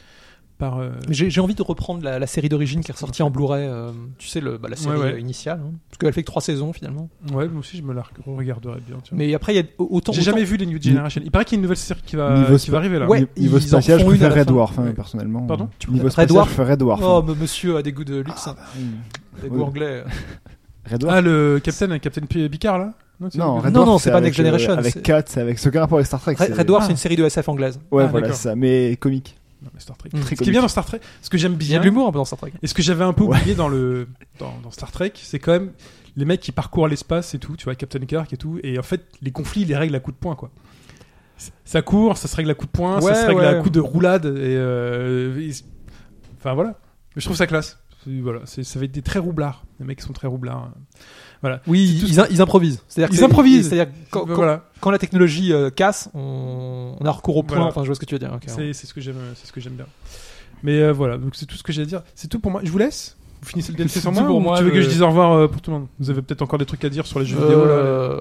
E: par. euh,
A: Mais J'ai j'ai envie de reprendre la, la série d'origine qui est ressortie en Blu-ray. euh, tu sais le, bah, la série
E: Ouais, ouais.
A: euh, initiale, hein. parce qu'elle fait que trois saisons finalement.
E: Ouais, moi aussi, je me la regarderai bien. tiens.
A: Mais après, il y a autant.
E: J'ai
A: autant-
E: jamais vu les New Generation. Il paraît qu'il y a une nouvelle série qui va,
D: Niveau
E: qui va arriver là.
A: Ouais,
D: Ni- Niveau
A: ils en
D: spatial, je
A: font une à
D: préfère
A: la
D: Red
A: fin.
D: Dwarf, hein,
E: Ouais.
D: personnellement.
E: Pardon
D: Niveau
A: Red
D: spatial,
A: Dwarf.
D: je préfère Red Dwarf.
A: Oh,
D: hein.
A: mais monsieur a des goûts de luxe, hein.
D: Ah, bah
A: des goûts
D: oui.
A: anglais. euh.
D: Red Dwarf.
E: Ah, le Captain, Captain P- Picard là c'est-
D: Non, Red
A: Non,
D: Dwarf,
A: non, c'est pas Next
D: avec, euh,
A: Generation, c'est-
D: Avec Kat, c'est avec ce rapport avec Star Trek.
A: Red,
D: c'est-
A: Red Dwarf,
E: Ah.
A: c'est une série de SF anglaise.
D: Ouais,
E: Ah,
D: voilà,
E: d'accord.
D: c'est ça, mais comique.
E: Non, mais Star Trek.
A: Mmh.
E: Ce qui est bien dans Star Trek, ce que j'aime
A: Il y
E: bien,
A: a de l'humour un peu dans Star Trek.
E: et ce que j'avais un peu
D: Ouais.
E: oublié dans le dans, dans Star Trek, c'est quand même les mecs qui parcourent l'espace et tout, tu vois, Captain Kirk et tout, et en fait les conflits, ils les règlent à coups de poing quoi. Ça court, ça se règle à coups de poing,
A: Ouais,
E: ça se règle
A: ouais.
E: à coups de roulade, et euh, ils- enfin voilà. Mais je trouve ça classe. C'est- Voilà, c'est- ça va être des très roublards. Les mecs qui sont très roublards.
A: Oui,
E: C'est tout-
A: ils, ils improvisent. C'est-à-dire
E: Ils
A: que-
E: improvisent.
A: C'est-à-dire que quand, quand-
E: voilà,
A: quand la technologie euh, casse, on, on a recours au point.
E: Voilà.
A: Enfin, je vois ce que tu veux dire. hein, ok.
E: c'est c'est ce que j'aime, euh, c'est ce que j'aime bien. Mais euh, voilà, donc c'est tout ce que j'ai à dire. C'est tout pour moi. Je vous laisse. Vous finissez le DLC
B: C'est
E: sans
B: tout
E: moi,
B: pour
E: ou
B: moi,
E: tu veux que
B: le-
E: je dise au revoir euh, pour tout le monde Vous avez peut-être encore des trucs à dire sur les jeux vidéo. là.
A: Euh,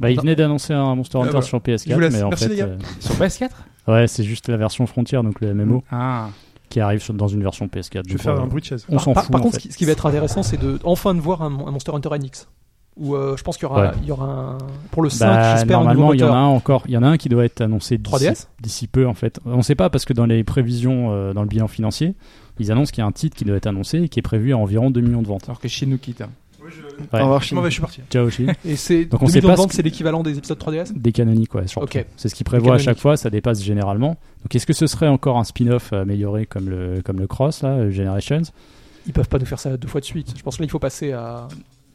C: Bah, il
A: Non.
C: venait d'annoncer un Monster
E: Ah,
C: Hunter
E: voilà.
C: sur
E: Je vous
C: PS4,
E: laisse.
C: mais en
E: Merci, les
C: fait,
E: gars.
C: euh,
B: Sur PS4
C: ouais, c'est juste la version frontière, donc le MMO,
B: Ah.
C: qui arrive sur- dans une version PS4.
E: Hmm. Je vais
C: donc,
E: faire
C: euh,
E: un bruit de chaise.
C: On s'en
A: par,
C: fout.
A: par
C: en
A: contre, ce
C: fait.
A: qui, ce qui va être intéressant, c'est de enfin de voir un, un Monster Hunter NX. Où euh, je pense qu'il y aura,
C: Ouais.
A: il y aura un, pour le 5,
C: Bah,
A: j'espère, un nouveau
C: normalement, il y en a
A: moteur.
C: un encore. Il y en a un qui doit être annoncé d'ici-
A: 3DS
C: d'ici peu, en fait. On ne sait pas parce que dans les prévisions, euh, dans le bilan financier, ils annoncent qu'il y a un titre qui doit être annoncé et qui est prévu à environ 2 millions de ventes.
B: Alors que chez nous quitte.
C: Ouais.
D: Au revoir,
E: Je
D: Chine.
E: m'en vais, je suis parti.
C: Ciao, Chine.
A: Et c'est
C: Donc, on
A: 2
C: sait
A: millions de
C: pas ce
A: ventes,
C: que-
A: c'est l'équivalent des épisodes 3DS
C: Des canoniques, ouais, surtout.
A: Ok.
C: C'est ce qu'ils prévoient à
A: canoniques.
C: chaque fois, ça dépasse généralement. Donc est-ce que ce serait encore un spin-off euh, amélioré comme le, comme le Cross, là, euh, Generations
A: Ils peuvent pas nous faire ça deux fois de suite. Je pense que là, il faut passer à.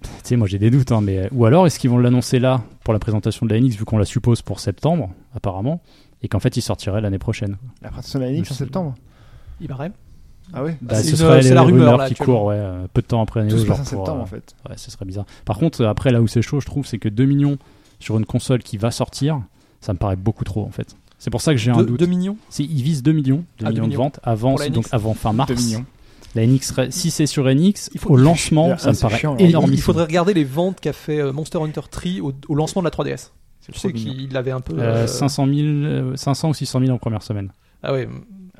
C: Tu sais, moi j'ai des doutes, hein, mais. Ou alors est-ce qu'ils vont l'annoncer là pour la présentation de la NX, vu qu'on la suppose pour septembre, apparemment, et qu'en fait il sortirait l'année prochaine
D: La présentation de la Nix en
C: C'est-
D: septembre
A: Il paraît.
D: Ah ouais
C: Bah,
A: c'est
C: ce
A: une-
C: serait
A: c'est
C: les
A: la
C: rumeurs
A: rumeur, là,
C: qui courent, ouais, euh, peu de temps après
D: Tout
C: Neo,
D: se passe en
C: genre, pour,
D: septembre
C: euh,
D: en fait.
C: Ouais, ce serait bizarre. Par contre, euh, après, là où c'est chaud, je trouve, c'est que 2 millions sur une console qui va sortir, ça me paraît beaucoup trop, en fait. C'est pour ça que j'ai un
A: 2,
C: doute.
A: millions
C: Si ils visent 2 millions, 2
A: Ah, 2
C: millions de
A: millions.
C: ventes avant,
A: Pour la
C: donc
A: NX.
C: avant fin mars.
B: 2 millions.
C: La NX, serait- si c'est sur NX,
A: Il faut-
C: au lancement,
D: Là,
C: ça me
D: c'est
C: paraît
D: chiant, là.
C: énorme.
A: hein. Il faudrait regarder les ventes qu'a fait euh, Monster Hunter 3 au, au lancement de la 3DS.
B: C'est
A: Tu
B: trop
A: sais
B: mignon.
A: qu'il avait un peu.
C: Euh,
A: euh,
C: 500, 000, euh, 500 ou 600 000 en première semaine.
A: Ah ouais.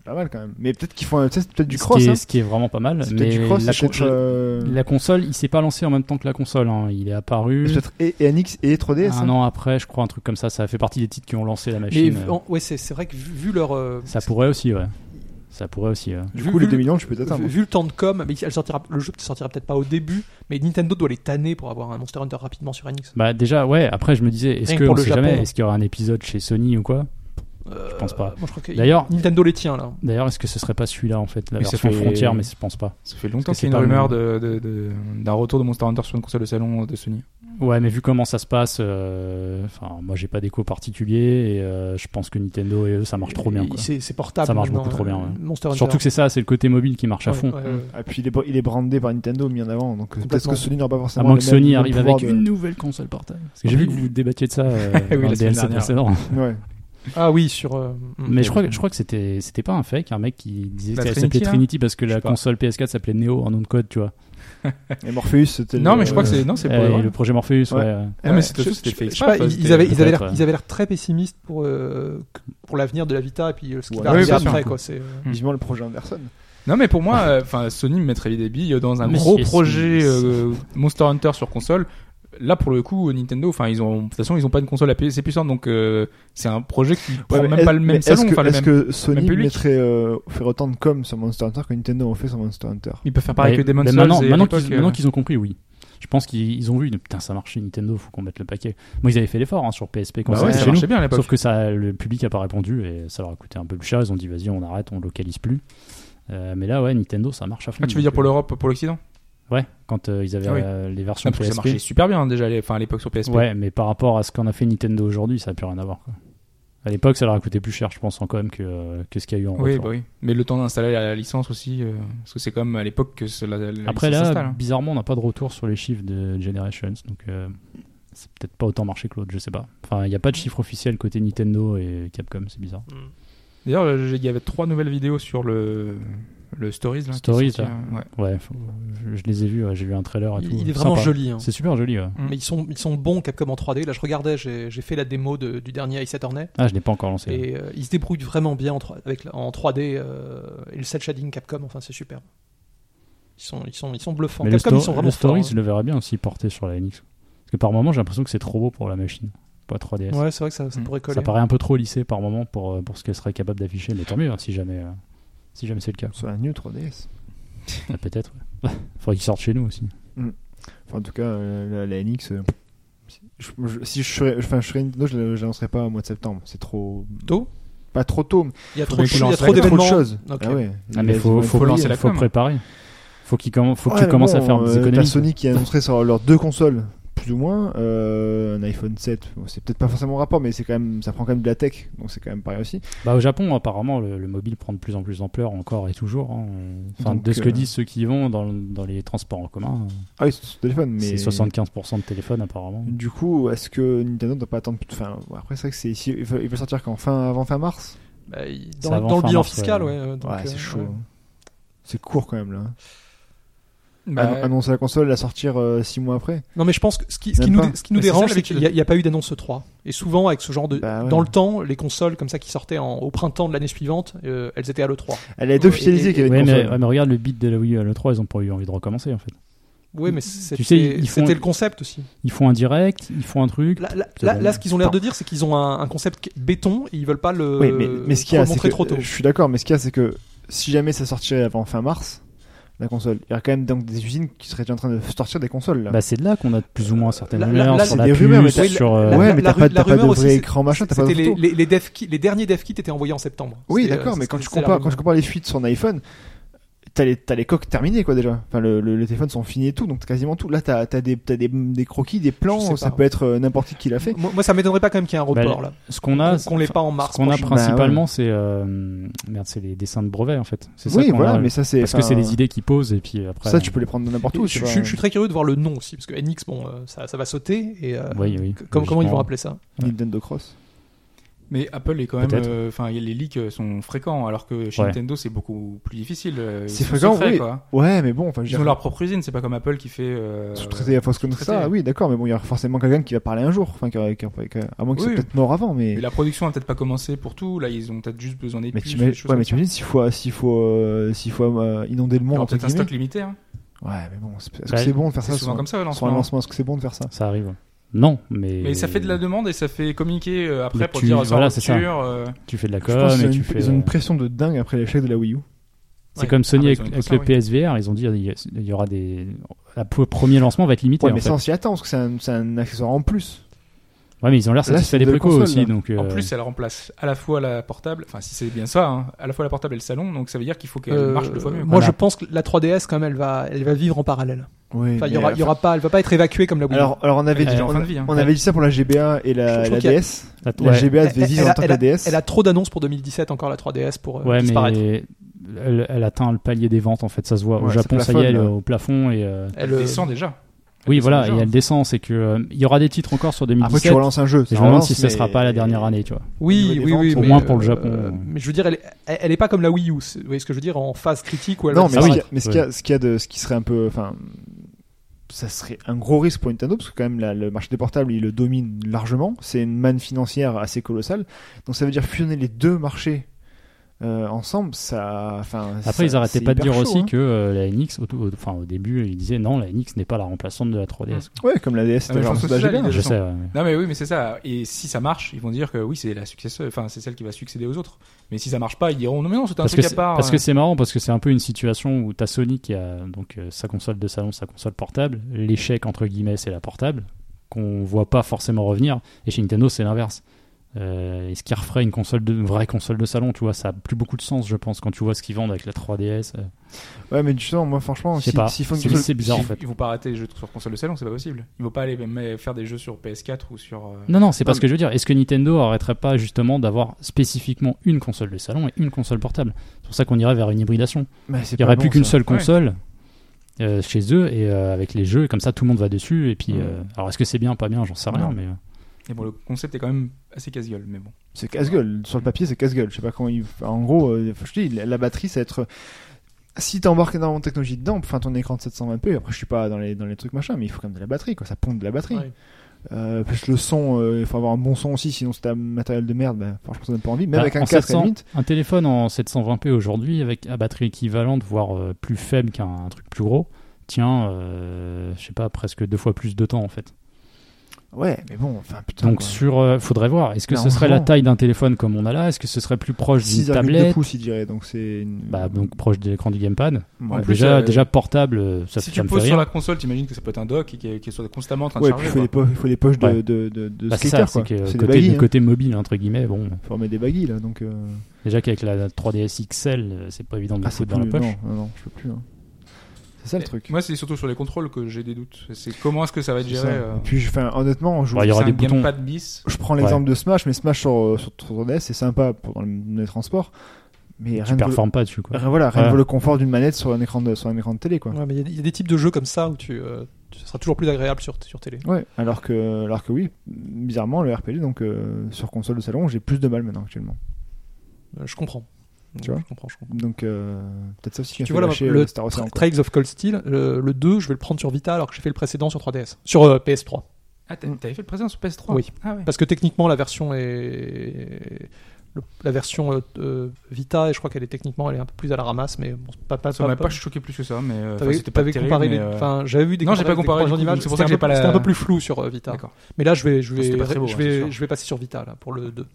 D: Pas mal quand même. Mais peut-être qu'ils font un test, peut-être du
C: ce,
D: cross.
C: qui est,
D: hein.
C: ce qui est vraiment pas mal.
D: C'est
C: Mais
D: peut-être du cross,
C: la,
D: c'est peut-être,
C: con-
D: euh,
C: la console, il s'est pas lancé en même temps que la console. hein. Il est apparu
D: c'est peut-être et, et NX et 3DS.
C: un
D: hein.
C: an après, je crois, un truc comme ça. Ça fait partie des titres qui ont lancé la
A: Mais
C: machine. euh.
A: vu- en- ouais, c'est c'est vrai que vu, vu leur. euh,
C: Ça pourrait aussi, ouais. Ça pourrait aussi. ouais.
D: Du
A: vu-
D: coup, les
A: vu-
D: 2 millions, tu peux
A: vu,
D: t'atteindre.
A: vu le temps de com, mais elle sortira, le jeu sortira peut-être pas au début, mais Nintendo doit les tanner pour avoir un Monster Hunter rapidement sur NX.
C: Bah déjà, ouais. Après, je me disais, est-ce
A: Rien
C: que
A: que pour
C: on
A: le
C: sait
A: Japon.
C: jamais, est-ce qu'il y aura un épisode chez Sony ou quoi
A: je
C: pense pas.
A: Moi, je crois que
C: D'ailleurs-
A: Nintendo les tient là.
C: D'ailleurs, est-ce que ce serait pas celui-là en fait, la
B: Oui, ça
C: version
B: fait-
C: frontière, mais je pense pas.
B: Ça fait longtemps
C: Parce que
B: qu'il y a
C: c'est
B: une
C: pas
B: rumeur de- de- de- d'un retour de Monster Hunter sur une console de salon euh, de Sony.
C: Ouais, mais vu comment ça se passe, euh, enfin, moi j'ai pas d'écho particulier et euh, je pense que Nintendo et eux ça marche trop bien.
A: Et
C: quoi.
A: C'est c'est portable.
C: Ça marche
A: maintenant,
C: beaucoup trop
A: euh,
C: bien, ouais.
A: Monster Hunter.
C: Surtout que c'est ça, c'est le côté mobile qui marche à
A: Ouais,
C: fond.
A: ouais, ouais.
D: Ah, puis il est, il est brandé par Nintendo, mis en avant. Donc euh, peut-être
A: Complètement.
D: que Sony n'aura pas
C: À
D: forcément.
C: moins
D: le
C: que
D: même-
C: Sony
D: le
C: arrive
D: pouvoir
C: avec
D: de-
B: [laughs]
C: une nouvelle console portable. Parce que j'ai vu que vous débattiez de ça euh,
B: Oui,
C: dans
B: la
C: le
B: semaine
C: DLC
B: dernière. [laughs]
C: précédent.
D: Ouais.
A: Ah oui, sur. euh,
C: Mais je crois, que- je crois que c'était c'était pas un fake, un mec qui disait
B: La
C: qu'elle
B: Trinity,
C: s'appelait
B: là
C: Trinity parce que
B: Je sais
C: la
B: pas.
C: console PS4 s'appelait Neo en nom de code, tu vois.
D: Et Morpheus, c'était.
B: Non,
D: le-
B: mais je crois que c'est non, c'est
C: Euh,
B: pour de
C: et
B: vrai.
C: le projet Morpheus, ouais.
D: Ouais.
C: ouais.
B: Non, Eh, mais
D: Ouais.
B: c'était
A: Je-
B: c'était
A: je-
B: fait
A: je sais
B: exprès,
A: pas,
B: ça,
A: ils-
B: c'était-
A: ils avaient ils avaient
C: peut-être,
A: l'air
C: ouais.
A: ils avaient l'air très pessimistes pour euh, pour l'avenir de la Vita et puis euh, ce qui
D: Ouais,
A: va arriver
B: bien sûr.
A: après quoi. C'est euh,
D: Vivement le projet Anderson.
B: Non, mais pour moi, euh, enfin, Sony me mettrait des billes dans un
C: Mais
B: gros
C: si, si,
B: projet
C: si.
B: euh, Monster Hunter sur console. Là, pour le coup, Nintendo, enfin, ils ont, de toute façon, ils ont pas une console assez puissante, donc euh, c'est un projet qui prend
D: Ouais, mais
B: même
D: est-
B: pas le
D: mais
B: même
D: est-ce
B: salon,
D: que-
B: enfin le
D: Est-ce
B: même.
D: que Sony
B: public.
D: mettrait euh, faire autant de com sur Monster Hunter que Nintendo ont fait sur Monster Hunter
B: Ils peuvent faire pareil
C: Mais-
B: que Demon's
C: mais
B: Souls.
C: maintenant,
B: et à
C: maintenant
B: l'époque,
C: qu'ils
B: euh,
C: maintenant qu'ils ont compris, oui. Je pense qu'ils ils ont vu, putain, ça marche chez Nintendo, faut qu'on mette le paquet. Moi, ils avaient fait l'effort hein, sur PSP quand
B: bah
C: ça
B: ouais,
C: arrivait
B: ça
C: chez nous.
B: marchait bien à l'époque.
C: Sauf que ça, le public a pas répondu et ça leur a coûté un peu plus cher. Ils ont dit, vas-y, on arrête, on localise plus. Euh, mais là, ouais, Nintendo, ça marche à fond.
B: Ah,
C: euh,
B: tu veux dire pour l'Europe, pour l'Occident
C: Ouais, quand euh, ils avaient
B: Ah oui.
C: euh, les versions
B: Non, parce que Ça
C: PSP.
B: marchait super bien déjà, les- enfin, à l'époque sur PSP.
C: Ouais, mais par rapport à ce qu'on a fait Nintendo aujourd'hui, ça n'a plus rien à voir. Quoi. À l'époque, ça leur a coûté plus cher, je pense, hein, quand même, que, euh, que ce qu'il y a eu en
B: Oui,
C: retour.
B: bah oui. Mais le temps d'installer la licence aussi, euh, parce que c'est comme à l'époque que c'est la, la la
C: Après,
B: licence
C: là,
B: s'installe. hein.
C: bizarrement, on n'a pas de retour sur les chiffres de Generations, donc euh, c'est peut-être pas autant marché que l'autre, je sais pas. Enfin, il n'y a pas de chiffre officiel côté Nintendo et Capcom, c'est bizarre.
B: D'ailleurs, euh, il y avait trois nouvelles vidéos sur le, le Stories. Là, qui est
C: Stories,
B: sorti,
C: là.
B: euh,
D: Ah,
B: ouais.
C: Ouais, faut- je, je les ai vus, ouais, j'ai vu un trailer et
A: il,
C: tout.
A: il est vraiment
C: Sympa.
A: joli. hein.
C: C'est super joli, ouais.
A: Mais ils sont ils sont bons Capcom en 3D. Là, je regardais, j'ai j'ai fait la démo de- du dernier Ace Attorney.
C: Ah, je l'ai pas encore lancé.
A: Et euh, ils se débrouillent vraiment bien en, 3, avec, la- en 3D euh, et le cel shading Capcom, enfin c'est superbe. Ils sont, ils sont, ils sont bluffants.
C: Mais le, sto-
A: Capcom, ils sont
C: le
A: vraiment
C: Stories, je
D: hein.
A: forts.
C: le verrais bien aussi porté sur la NX. Parce que par moment, j'ai l'impression que c'est trop beau pour la machine, pas 3DS.
A: hein. Ouais, c'est vrai que ça, ça
B: Mm.
A: pourrait coller.
C: Ça paraît un peu trop lissé par moment pour, euh, pour ce qu'elle serait capable d'afficher, mais tant mieux hein, si jamais, euh, si jamais c'est le cas.
D: Sur la New 3DS
C: Ah, Peut-être, ouais. [laughs] Faudrait qu'ils sortent chez nous aussi.
D: Enfin, en tout cas, euh, la, la NX. euh, si- je- je- si je serais, enfin, je serais Nintendo, je la- je la lancerais pas au mois de septembre. C'est trop.
A: Tôt
D: pas trop tôt.
A: Il y a
B: Faut
A: trop de
B: bien qu'il
A: choses, il y a
B: lance la-
A: trop
D: trop de
A: d'événements.
D: choses.
A: Ok.
D: Ah ouais.
C: Ah, mais
D: Ils
C: faut,
D: vont
C: faut,
D: être
B: lancer
C: lancer
B: la
C: faut
B: com.
C: préparer. Faut qu'ils commen- faut que
D: Ouais,
C: tu
D: mais
C: commences à
D: bon,
C: faire des
D: euh,
C: économies.
D: T'as Sony qui a annoncé sur leurs deux consoles, plus ou moins, euh, un iPhone 7. Bon, c'est peut-être pas forcément rapport, mais c'est quand même, ça prend quand même de la tech, donc c'est quand même pareil aussi.
C: Bah, au Japon, apparemment, le, le mobile prend de plus en plus d'ampleur encore et toujours. hein. Enfin,
D: Donc,
C: de ce que
D: euh,
C: disent ceux qui y vont dans, dans les transports en commun,
D: Ah oui, c'est sur téléphone, mais.
C: c'est 75% de téléphone apparemment.
D: Du coup, est-ce que Nintendo ne doit pas attendre plus Enfin, bon, après, c'est vrai que c'est ici, il veut sortir quand fin, avant fin mars
A: Bah, il-
C: C'est
A: dans
C: avant
A: dans le
C: fin
A: bilan
C: mars,
A: fiscal,
C: ouais.
A: ouais. euh, donc,
D: Ouais,
A: euh,
D: c'est chaud.
A: ouais.
D: hein. C'est court quand même là. hein.
B: Bah,
D: Annon- annoncer la console, la sortir 6 mois après.
A: Non, mais je pense que ce qui, ce
D: Même
A: qui nous,
D: pas.
A: ce qui nous
B: Mais c'est ça,
A: dérange, c'est
B: l'habitude.
A: qu'il n'y a, pas eu d'annonce 3. Et souvent, avec ce genre de.
D: Bah ouais.
A: Dans le temps, les consoles comme ça qui sortaient en- au printemps de l'année suivante, euh, elles étaient à l'E3.
D: Elle a été
A: Et-
D: officialisée
A: et-
D: qu'il y avait
C: Ouais
D: une
C: mais,
D: console.
C: ouais, mais regarde le beat de la Wii U à l'E3, ils n'ont pas eu envie de recommencer en fait.
A: Oui, mais c'était
C: sais, ils font-
A: c'était le concept aussi.
C: Ils font un direct, ils font un truc.
A: Là, là, là- là, ce qu'ils ont l'air de dire, c'est qu'ils ont un, un concept qui- béton et ils veulent pas le,
D: Oui, mais, mais ce qu'il y
A: le
D: a, c'est
A: montrer
D: que euh,
A: trop tôt.
D: je suis d'accord, mais ce qu'il y a, c'est que si jamais ça sortirait avant fin mars, la console, il y a quand même donc des usines qui seraient déjà en train de sortir des consoles. Là.
C: Bah, c'est de là qu'on a plus ou moins certaines
A: Là, là,
C: rumeurs
A: là,
C: sur
A: c'est
C: la
D: des
C: puce,
D: rumeurs, mais t'as-
C: sur.
A: la-
C: euh,
A: la-
D: ouais, mais t'as pas,
A: ru- la
D: t'as pas de
A: rumeur aussi,
D: vrai
A: c'est-
D: écran machin, t'as pas de
A: C'était les,
D: photo.
A: les, les dev kits- les derniers dev kits étaient envoyés en septembre.
D: Oui,
A: C'était, euh,
D: d'accord,
A: c'est
D: mais
A: ce
D: quand
A: que
D: tu
A: disait la
D: compares, quand
A: rumeur.
D: je compare les fuites sur un iPhone, t'as les, t'as les coques terminées quoi déjà. Enfin, le, le- les téléphones sont finis et tout, donc t'as quasiment tout. Là, t'as, t'as des, t'as des, des croquis, des
A: Je
D: plans,
A: sais
D: ça
A: pas.
D: peut être euh, n'importe qui qui l'a fait.
A: Moi, moi, ça m'étonnerait pas quand même qu'il y ait un
C: Bah,
A: report là.
C: Ce qu'on
D: ah,
C: a,
A: Qu'on l'ait pas en mars.
C: ce qu'on a
D: Bah,
A: prochain.
C: principalement, c'est euh, merde, c'est les dessins de brevets en fait. C'est ça
D: oui,
C: qu'on
D: voilà,
C: a,
D: mais ça c'est.
C: parce que c'est
D: enfin,
C: les idées qui posent et puis après.
D: Ça, tu peux les prendre de n'importe où.
A: je,
D: tu
A: je-
D: vois.
A: je suis très curieux de voir le nom aussi, parce que NX, bon, euh, ça, ça va sauter. Et, euh,
C: Oui, oui,
A: c- Comment, comment ils vont
C: logiquement.
A: appeler ça
D: Nintendo Cross.
B: Mais Apple est quand même,
C: Peut-être.
B: euh, enfin, les leaks euh, sont fréquents, alors que chez
C: Ouais.
B: Nintendo c'est beaucoup plus difficile. euh, ils
D: C'est
B: sont
D: fréquent,
B: secrets,
D: oui.
B: quoi.
D: Ouais, mais bon, enfin,
B: Ils
D: je
B: ont
D: veux dire,
B: leur propre usine, c'est pas comme Apple qui fait. euh,
D: sous-traiter à force comme
B: sous-traiter.
D: ça, oui, d'accord, mais bon, il y aura forcément quelqu'un qui va parler un jour, enfin, qui aura- qui aura- qui aura- à moins qu'il
B: Oui.
D: soit peut-être mort avant, mais.
B: Mais la production a peut-être pas commencé pour tout. Là, ils ont peut-être juste besoin des
D: Mais
B: puces,
D: tu
B: des choses
D: ouais, mais
B: comme ça.
D: t'imagines s'il faut, s'il faut, euh, s'il faut euh, inonder le
B: Ils
D: monde
B: auront
D: entre
B: peut-être un stock
D: guillemets.
B: limité. hein.
D: Ouais, mais bon, c'est- est-ce
C: Ouais.
D: que c'est bon de faire
B: C'est
D: ça
B: souvent
D: sur,
B: comme ça le
D: sur un
B: lancement.
D: lancement Est-ce que c'est bon de faire ça
C: Ça arrive. Non, mais.
B: Mais ça fait de la demande et ça fait communiquer euh, après
C: Mais
B: pour
C: tu-
B: dire ça
C: voilà,
B: en
C: c'est ça.
B: rupture, euh,
C: Tu fais de la
D: Je
C: com
D: pense qu'ils
C: et
D: ont
C: tu
D: une-
C: fais.
D: ils ont
C: euh,
D: une pression de dingue après l'échec de la Wii U.
C: C'est
A: Ouais.
C: comme
B: Ah, bah,
C: Sony
B: ils ont
C: avec,
B: une
C: avec
B: console,
C: le PSVR, ils ont dit il y a- il y aura des. Le premier lancement va être limité.
D: Ouais,
C: en
D: mais
C: fait.
D: ça, on s'y attend, parce que c'est un, c'est un accessoire en plus.
C: Ouais, mais ils ont l'air
D: Là,
C: satisfaits
D: c'est
C: des
D: de
C: précos
D: console,
C: aussi.
D: là.
C: Donc,
B: En
C: euh,
B: plus, elle remplace à la fois la portable, enfin si c'est bien ça, hein, à la fois la portable et le salon, donc ça veut dire qu'il faut qu'elle
A: Euh,
B: marche deux fois mieux.
A: Moi,
B: quoi.
A: je pense que la 3DS, quand même, elle va, elle va vivre en parallèle.
D: Oui,
A: Enfin, il y
D: mais, euh,
A: aura, il y aura pas, elle va pas être évacuée comme la Wii. U.
D: Alors, alors on avait
B: Elle est
D: dit,
B: en
D: on,
B: fin de vie, hein.
D: on avait dit ça pour la GBA et la,
A: Je- je
D: la
A: trouve qu'il y a-
D: DS.
C: la-
D: La
C: ouais.
D: GBA devait vivre en tant que
A: elle,
D: la
A: a,
D: DS.
A: elle a trop d'annonces pour 2017 encore la 3DS pour euh,
C: Ouais,
A: disparaître.
C: mais elle, elle atteint le palier des ventes en fait, ça se voit. Au
D: Ouais, ça
C: Japon, ça y
D: plafonne,
C: est, elle est
D: là.
C: au plafond et euh,
A: Elle,
B: elle
A: euh,
B: descend déjà.
C: oui,
B: descend
C: voilà,
B: déjà,
C: et
B: hein.
C: elle descend. C'est que euh, il y aura des titres encore sur
D: Après,
C: 2017.
D: tu relances un jeu.
C: et
D: ça
C: je me demande
D: relance,
C: si ce
D: mais-
C: sera pas la dernière année, tu vois.
A: Oui,
D: Au niveau
A: oui,
D: des
C: au
D: ventes,
A: oui. mais, euh,
C: moins pour le Japon.
A: mais je veux dire, elle, est- elle, elle est pas comme la Wii U. c'est- Vous voyez ce que je veux dire En phase critique où elle
D: Non,
A: va
D: mais,
C: Ah
D: ce
C: oui.
A: disparaître.
D: qu'il y a- mais ce qu'il y a, ce qu'il y a de, ce qui serait un peu, enfin, ça serait un gros risque pour Nintendo parce que quand même la- le marché des portables il le domine largement. C'est une manne financière assez colossale. Donc ça veut dire fusionner les deux marchés euh, ensemble, ça, enfin. ça-
C: Après, ils arrêtaient
D: c'est
C: pas de
D: hyper
C: dire
D: chaud,
C: aussi
D: hein.
C: que euh, la NX, au, tout- au- enfin, au début, ils disaient non, la NX n'est pas la remplaçante de la 3DS.
D: hein. Ouais, comme la DS,
B: Ah, mais
D: c'était
B: je
D: genre
B: pense que
D: la
B: c'est ça,
D: GBA.
B: l'idée.
C: Je
B: Intéressant.
C: sais. ouais, mais-
B: Non mais oui, mais c'est ça. Et si ça marche, ils vont dire que oui, c'est la successeuse, enfin c'est celle qui va succéder aux autres. Mais si ça marche pas, ils diront non mais non, c'est un
C: Parce que
B: truc à
C: c'est-
B: part.
C: parce
B: euh.
C: que c'est marrant parce que c'est un peu une situation où t'as Sony qui a donc euh, sa console de salon, sa console portable, l'échec entre guillemets c'est la portable qu'on voit pas forcément revenir et chez Nintendo c'est l'inverse. Euh, Est-ce qu'ils referaient une console de une vraie console de salon, tu vois, ça a plus beaucoup de sens je pense quand tu vois ce qu'ils vendent avec la 3DS. euh.
D: Ouais, mais justement, moi franchement,
C: Je sais
D: si,
C: pas.
D: s'ils font une
C: C'est-
D: console-
C: c'est bizarre en
B: Ils-
C: fait.
B: Ils vont pas arrêter les jeux sur console de salon, c'est pas possible. Ils vont pas aller même euh, faire des jeux sur PS4 ou sur. euh,
C: Non non, c'est pas
D: Non,
C: ce que je veux dire. Est-ce que Nintendo arrêterait pas justement d'avoir spécifiquement une console de salon et une console portable C'est pour ça qu'on irait vers une hybridation.
D: Mais
C: Il
D: c'est
C: n'y
D: pas
C: aurait
D: bon,
C: plus qu'une
D: ça.
C: seule console euh, chez eux et euh, avec les jeux, et comme ça tout le monde va dessus. Et puis,
D: Ouais.
C: euh, alors est-ce que c'est bien, pas bien, j'en sais rien,
D: Non.
C: mais euh,
B: Et bon, le concept est quand même assez casse-gueule, mais bon.
D: C'est casse-gueule. Sur le papier, c'est casse-gueule. Je sais pas comment il... En gros, euh, je te dis, la la batterie, ça va être. Si t'embarques énormément de technologie dedans, enfin ton écran de 720p, après je suis pas dans les, dans les trucs machin, mais il faut quand même de la batterie, quoi. Ça pompe de la batterie.
A: Ouais.
D: Euh, plus le son, euh, il faut avoir un bon son aussi, sinon c'est un matériel de merde, bah, franchement ça donne pas envie. Même
C: bah,
D: avec un
C: en
D: casque à la
C: 700,
D: limite.
C: un téléphone en 720p aujourd'hui avec à batterie équivalente, voire euh, plus faible qu'un un truc plus gros, tient, euh, je sais pas, presque deux fois plus de temps en fait.
D: Ouais, mais bon, enfin putain.
C: Donc
D: quoi.
C: sur, euh, faudrait voir. Est-ce que
D: Non,
C: ce serait la
D: vraiment.
C: taille d'un téléphone comme on a là Est-ce que ce serait plus proche d'une
D: 6,2
C: tablette
D: pouces, il dirait. Donc c'est. une-
C: Bah donc proche de l'écran du gamepad.
D: Ouais.
C: Donc,
B: plus,
C: déjà,
B: euh,
C: déjà portable, euh, ça,
B: si
C: ça
B: tu
C: me fait
B: poses sur
C: rire.
B: la console, t'imagines que ça peut être un dock et qu'il y a- qu'il soit constamment en train de
D: Ouais, puis
B: charger.
D: il faut,
B: quoi.
D: des po- il faut des poches de,
C: Ouais.
D: de, de, de
C: Bah, c'est
D: skater,
C: ça, c'est
D: quoi.
C: que euh,
D: C'est des hein.
C: côté,
D: baggies.
C: le côté mobile entre guillemets, bon,
D: hein. Faut remettre des baggies là, donc. euh,
C: déjà qu'avec la 3DS XL, euh, c'est pas évident de
D: Ah,
C: le
D: c'est
C: foutre
D: plus.
C: dans la poche.
D: Non, non, non, je peux plus. hein. C'est ça le
B: Et
D: truc.
B: Moi, c'est surtout sur les contrôles que j'ai des doutes. C'est comment est-ce que ça va être
D: C'est
B: géré
D: ça.
B: euh,
D: Et puis, je- enfin, honnêtement, on joue
C: Bah, il y aura
B: c'est
C: des
B: un
C: boutons.
B: Gamepad bis.
D: Je prends l'exemple de Smash, mais Smash sur, euh, sur 3DS, c'est sympa pour dans le- dans les transports, mais
C: Tu
D: rien ne vaut,
C: performes pas dessus quoi.
D: rien- voilà, rien ne
C: Ouais.
D: vaut le confort d'une manette sur un écran de, sur un écran de télé, quoi.
A: Ouais, mais il y a- il y, a des types de jeux comme ça où tu, euh, tu- ce sera toujours plus agréable sur, sur télé.
D: Ouais. Alors que, alors que oui, bizarrement, le RPG, donc euh, sur console de salon, j'ai plus de mal maintenant actuellement.
A: Euh, je comprends.
D: Tu vois
A: Je comprends, je comprends.
D: Donc euh, peut-être ça aussi qui m'a
A: Tu
D: fait
A: vois, là,
D: lâcher,
A: le
D: euh, Star Ocean,
A: Tra-
D: quoi.
A: Trails of Cold Steel, euh, le 2, je vais le prendre sur Vita alors que j'ai fait le précédent sur 3DS. Sur euh, PS3.
B: Ah,
C: Mm.
B: t'as- t'avais fait le présent sur PS3
A: Oui.
B: Ah ouais.
A: Parce que techniquement, la version est. le- La version euh, euh, Vita, et je crois qu'elle est techniquement elle est un peu plus à la ramasse, mais bon, c'est pas, pas,
B: Ça
A: pas-
B: m'a
A: pas-
B: pas choqué plus que ça, mais euh, enfin,
A: T'avais
B: c'était pas
A: t'avais
B: terrible,
A: comparé
B: mais,
A: les.
B: euh,
A: Enfin, j'avais vu des.
B: non, j'ai pas
A: comparaisons- des
B: comparé,
A: comparaisons
B: du coup,
A: d'images,
B: c'est pour ça
A: c'était
B: que j'ai
A: un peu-
B: pas la-
A: C'était un peu plus flou sur euh, Vita.
B: D'accord.
A: Mais là, je vais, je vais,
B: C'était pas très beau,
A: je
B: hein, c'est
A: vais,
B: sûr.
A: je vais passer sur Vita là pour le 2.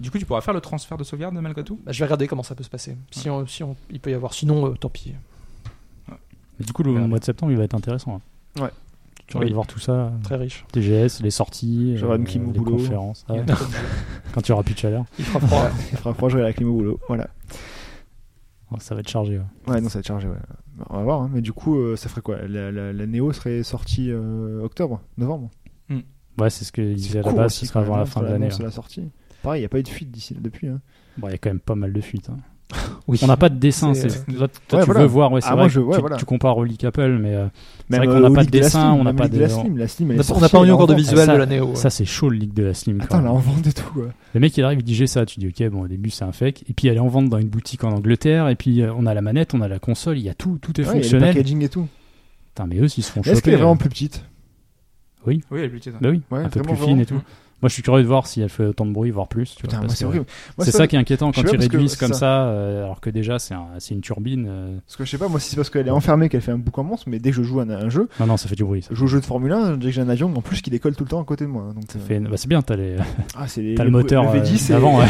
B: Du coup, tu pourras faire le transfert de sauvegarde malgré tout
A: Bah, je vais regarder comment ça peut se passer. Si, on, si on- il peut y avoir, sinon, euh, tant pis.
C: Mais du coup, le
B: Merde.
C: mois de septembre, il va être intéressant. hein.
D: Ouais.
C: Tu vas
B: Oui.
C: voir tout ça,
B: Mm.
A: Très riche.
C: TGS, les sorties, euh,
D: J'aurai une clim au
C: les
D: boulot.
C: conférences, Ah ouais. [laughs] quand tu auras plus de chaleur,
A: Il fera froid.
D: Il fera froid, j'aurai la clim au boulot. Voilà.
C: Oh, ça va être chargé. ouais.
D: Ouais, non, ça va être chargé, ouais. Bah, On va voir, hein. mais du coup, euh, ça ferait quoi la, la, la Neo serait sortie euh, octobre, novembre
C: Ouais, c'est ce qu'ils disaient à la
D: Court
C: base,
D: aussi,
C: ce sera avant
D: quand même,
C: la
D: entre
C: fin de l'année. hein.
D: l'annonce et
C: ouais.
D: la sortie. Pareil, il n'y a pas eu de fuite d'ici depuis. hein.
C: Bon, il y a quand même pas mal de fuites.
D: [laughs]
C: hein. On n'a pas de dessin.
A: C'est,
C: c'est- Toi, toi,
D: Ouais,
C: tu
D: voilà.
C: veux voir, ouais, c'est
D: Ah,
C: vrai
D: moi,
C: que
D: je- ouais,
C: tu,
D: voilà.
C: tu compares au Leak Apple, mais euh,
D: Même
C: vrai qu'on
D: euh,
C: n'a
D: au
C: pas de
D: leak la
C: dessin,
D: Slim,
C: on n'a
D: même
C: pas
D: leak de
C: de-
D: la Slim. La Slim, elle
A: On
D: est
A: n'a- on
D: sortie,
A: n'a pas
D: elle
A: eu
D: est
A: encore de
D: en vente.
A: visuel
C: ça-
A: de euh. la Neo. ouais.
C: ça c'est chaud le leak de la Slim. quand
D: Attends, elle est
C: même.
D: en vente et tout, quoi.
C: Le mec il arrive, il dit j'ai ça, tu dis ok, bon au début c'est un fake, et puis elle est en vente dans une boutique en Angleterre, et puis euh, on a la manette, on a la console, il y a tout, tout est
D: Ouais, il y a le
C: fonctionnel.
D: packaging et tout.
C: Putain, mais eux s'ils se font
D: Mais Est-ce
C: choper,
D: qu'elle est vraiment
C: euh,
D: plus petite
B: Oui, elle est petite.
C: bah oui,
D: Ouais,
C: un peu plus
D: vraiment,
C: fine
D: vraiment.
C: et tout. Moi je suis curieux de voir si elle fait autant de bruit, voire plus. tu vois,
D: Putain, moi
C: parce
D: c'est
C: que-
D: horrible. Moi,
C: c'est ça qui est inquiétant
D: je sais
C: quand
D: pas
C: ils
D: parce que
C: réduisent comme
D: ça-
C: ça, euh, alors que déjà c'est un- c'est une turbine. euh,
D: Parce que je sais pas, moi si c'est parce qu'elle est enfermée qu'elle fait un bouc en monstre, mais dès que je joue à un, un jeu,
C: Non, non, ça fait du bruit. Ça,
D: je joue au jeu de Formule 1, dès que j'ai un avion en plus qui décolle tout le temps à côté de moi. hein, Donc,
C: Ça
D: euh,
C: fait... bah, c'est bien, t'as les-
D: ah, c'est les-
C: t'as le moteur
D: Le V10,
C: euh,
D: c'est-
C: avant. ouais.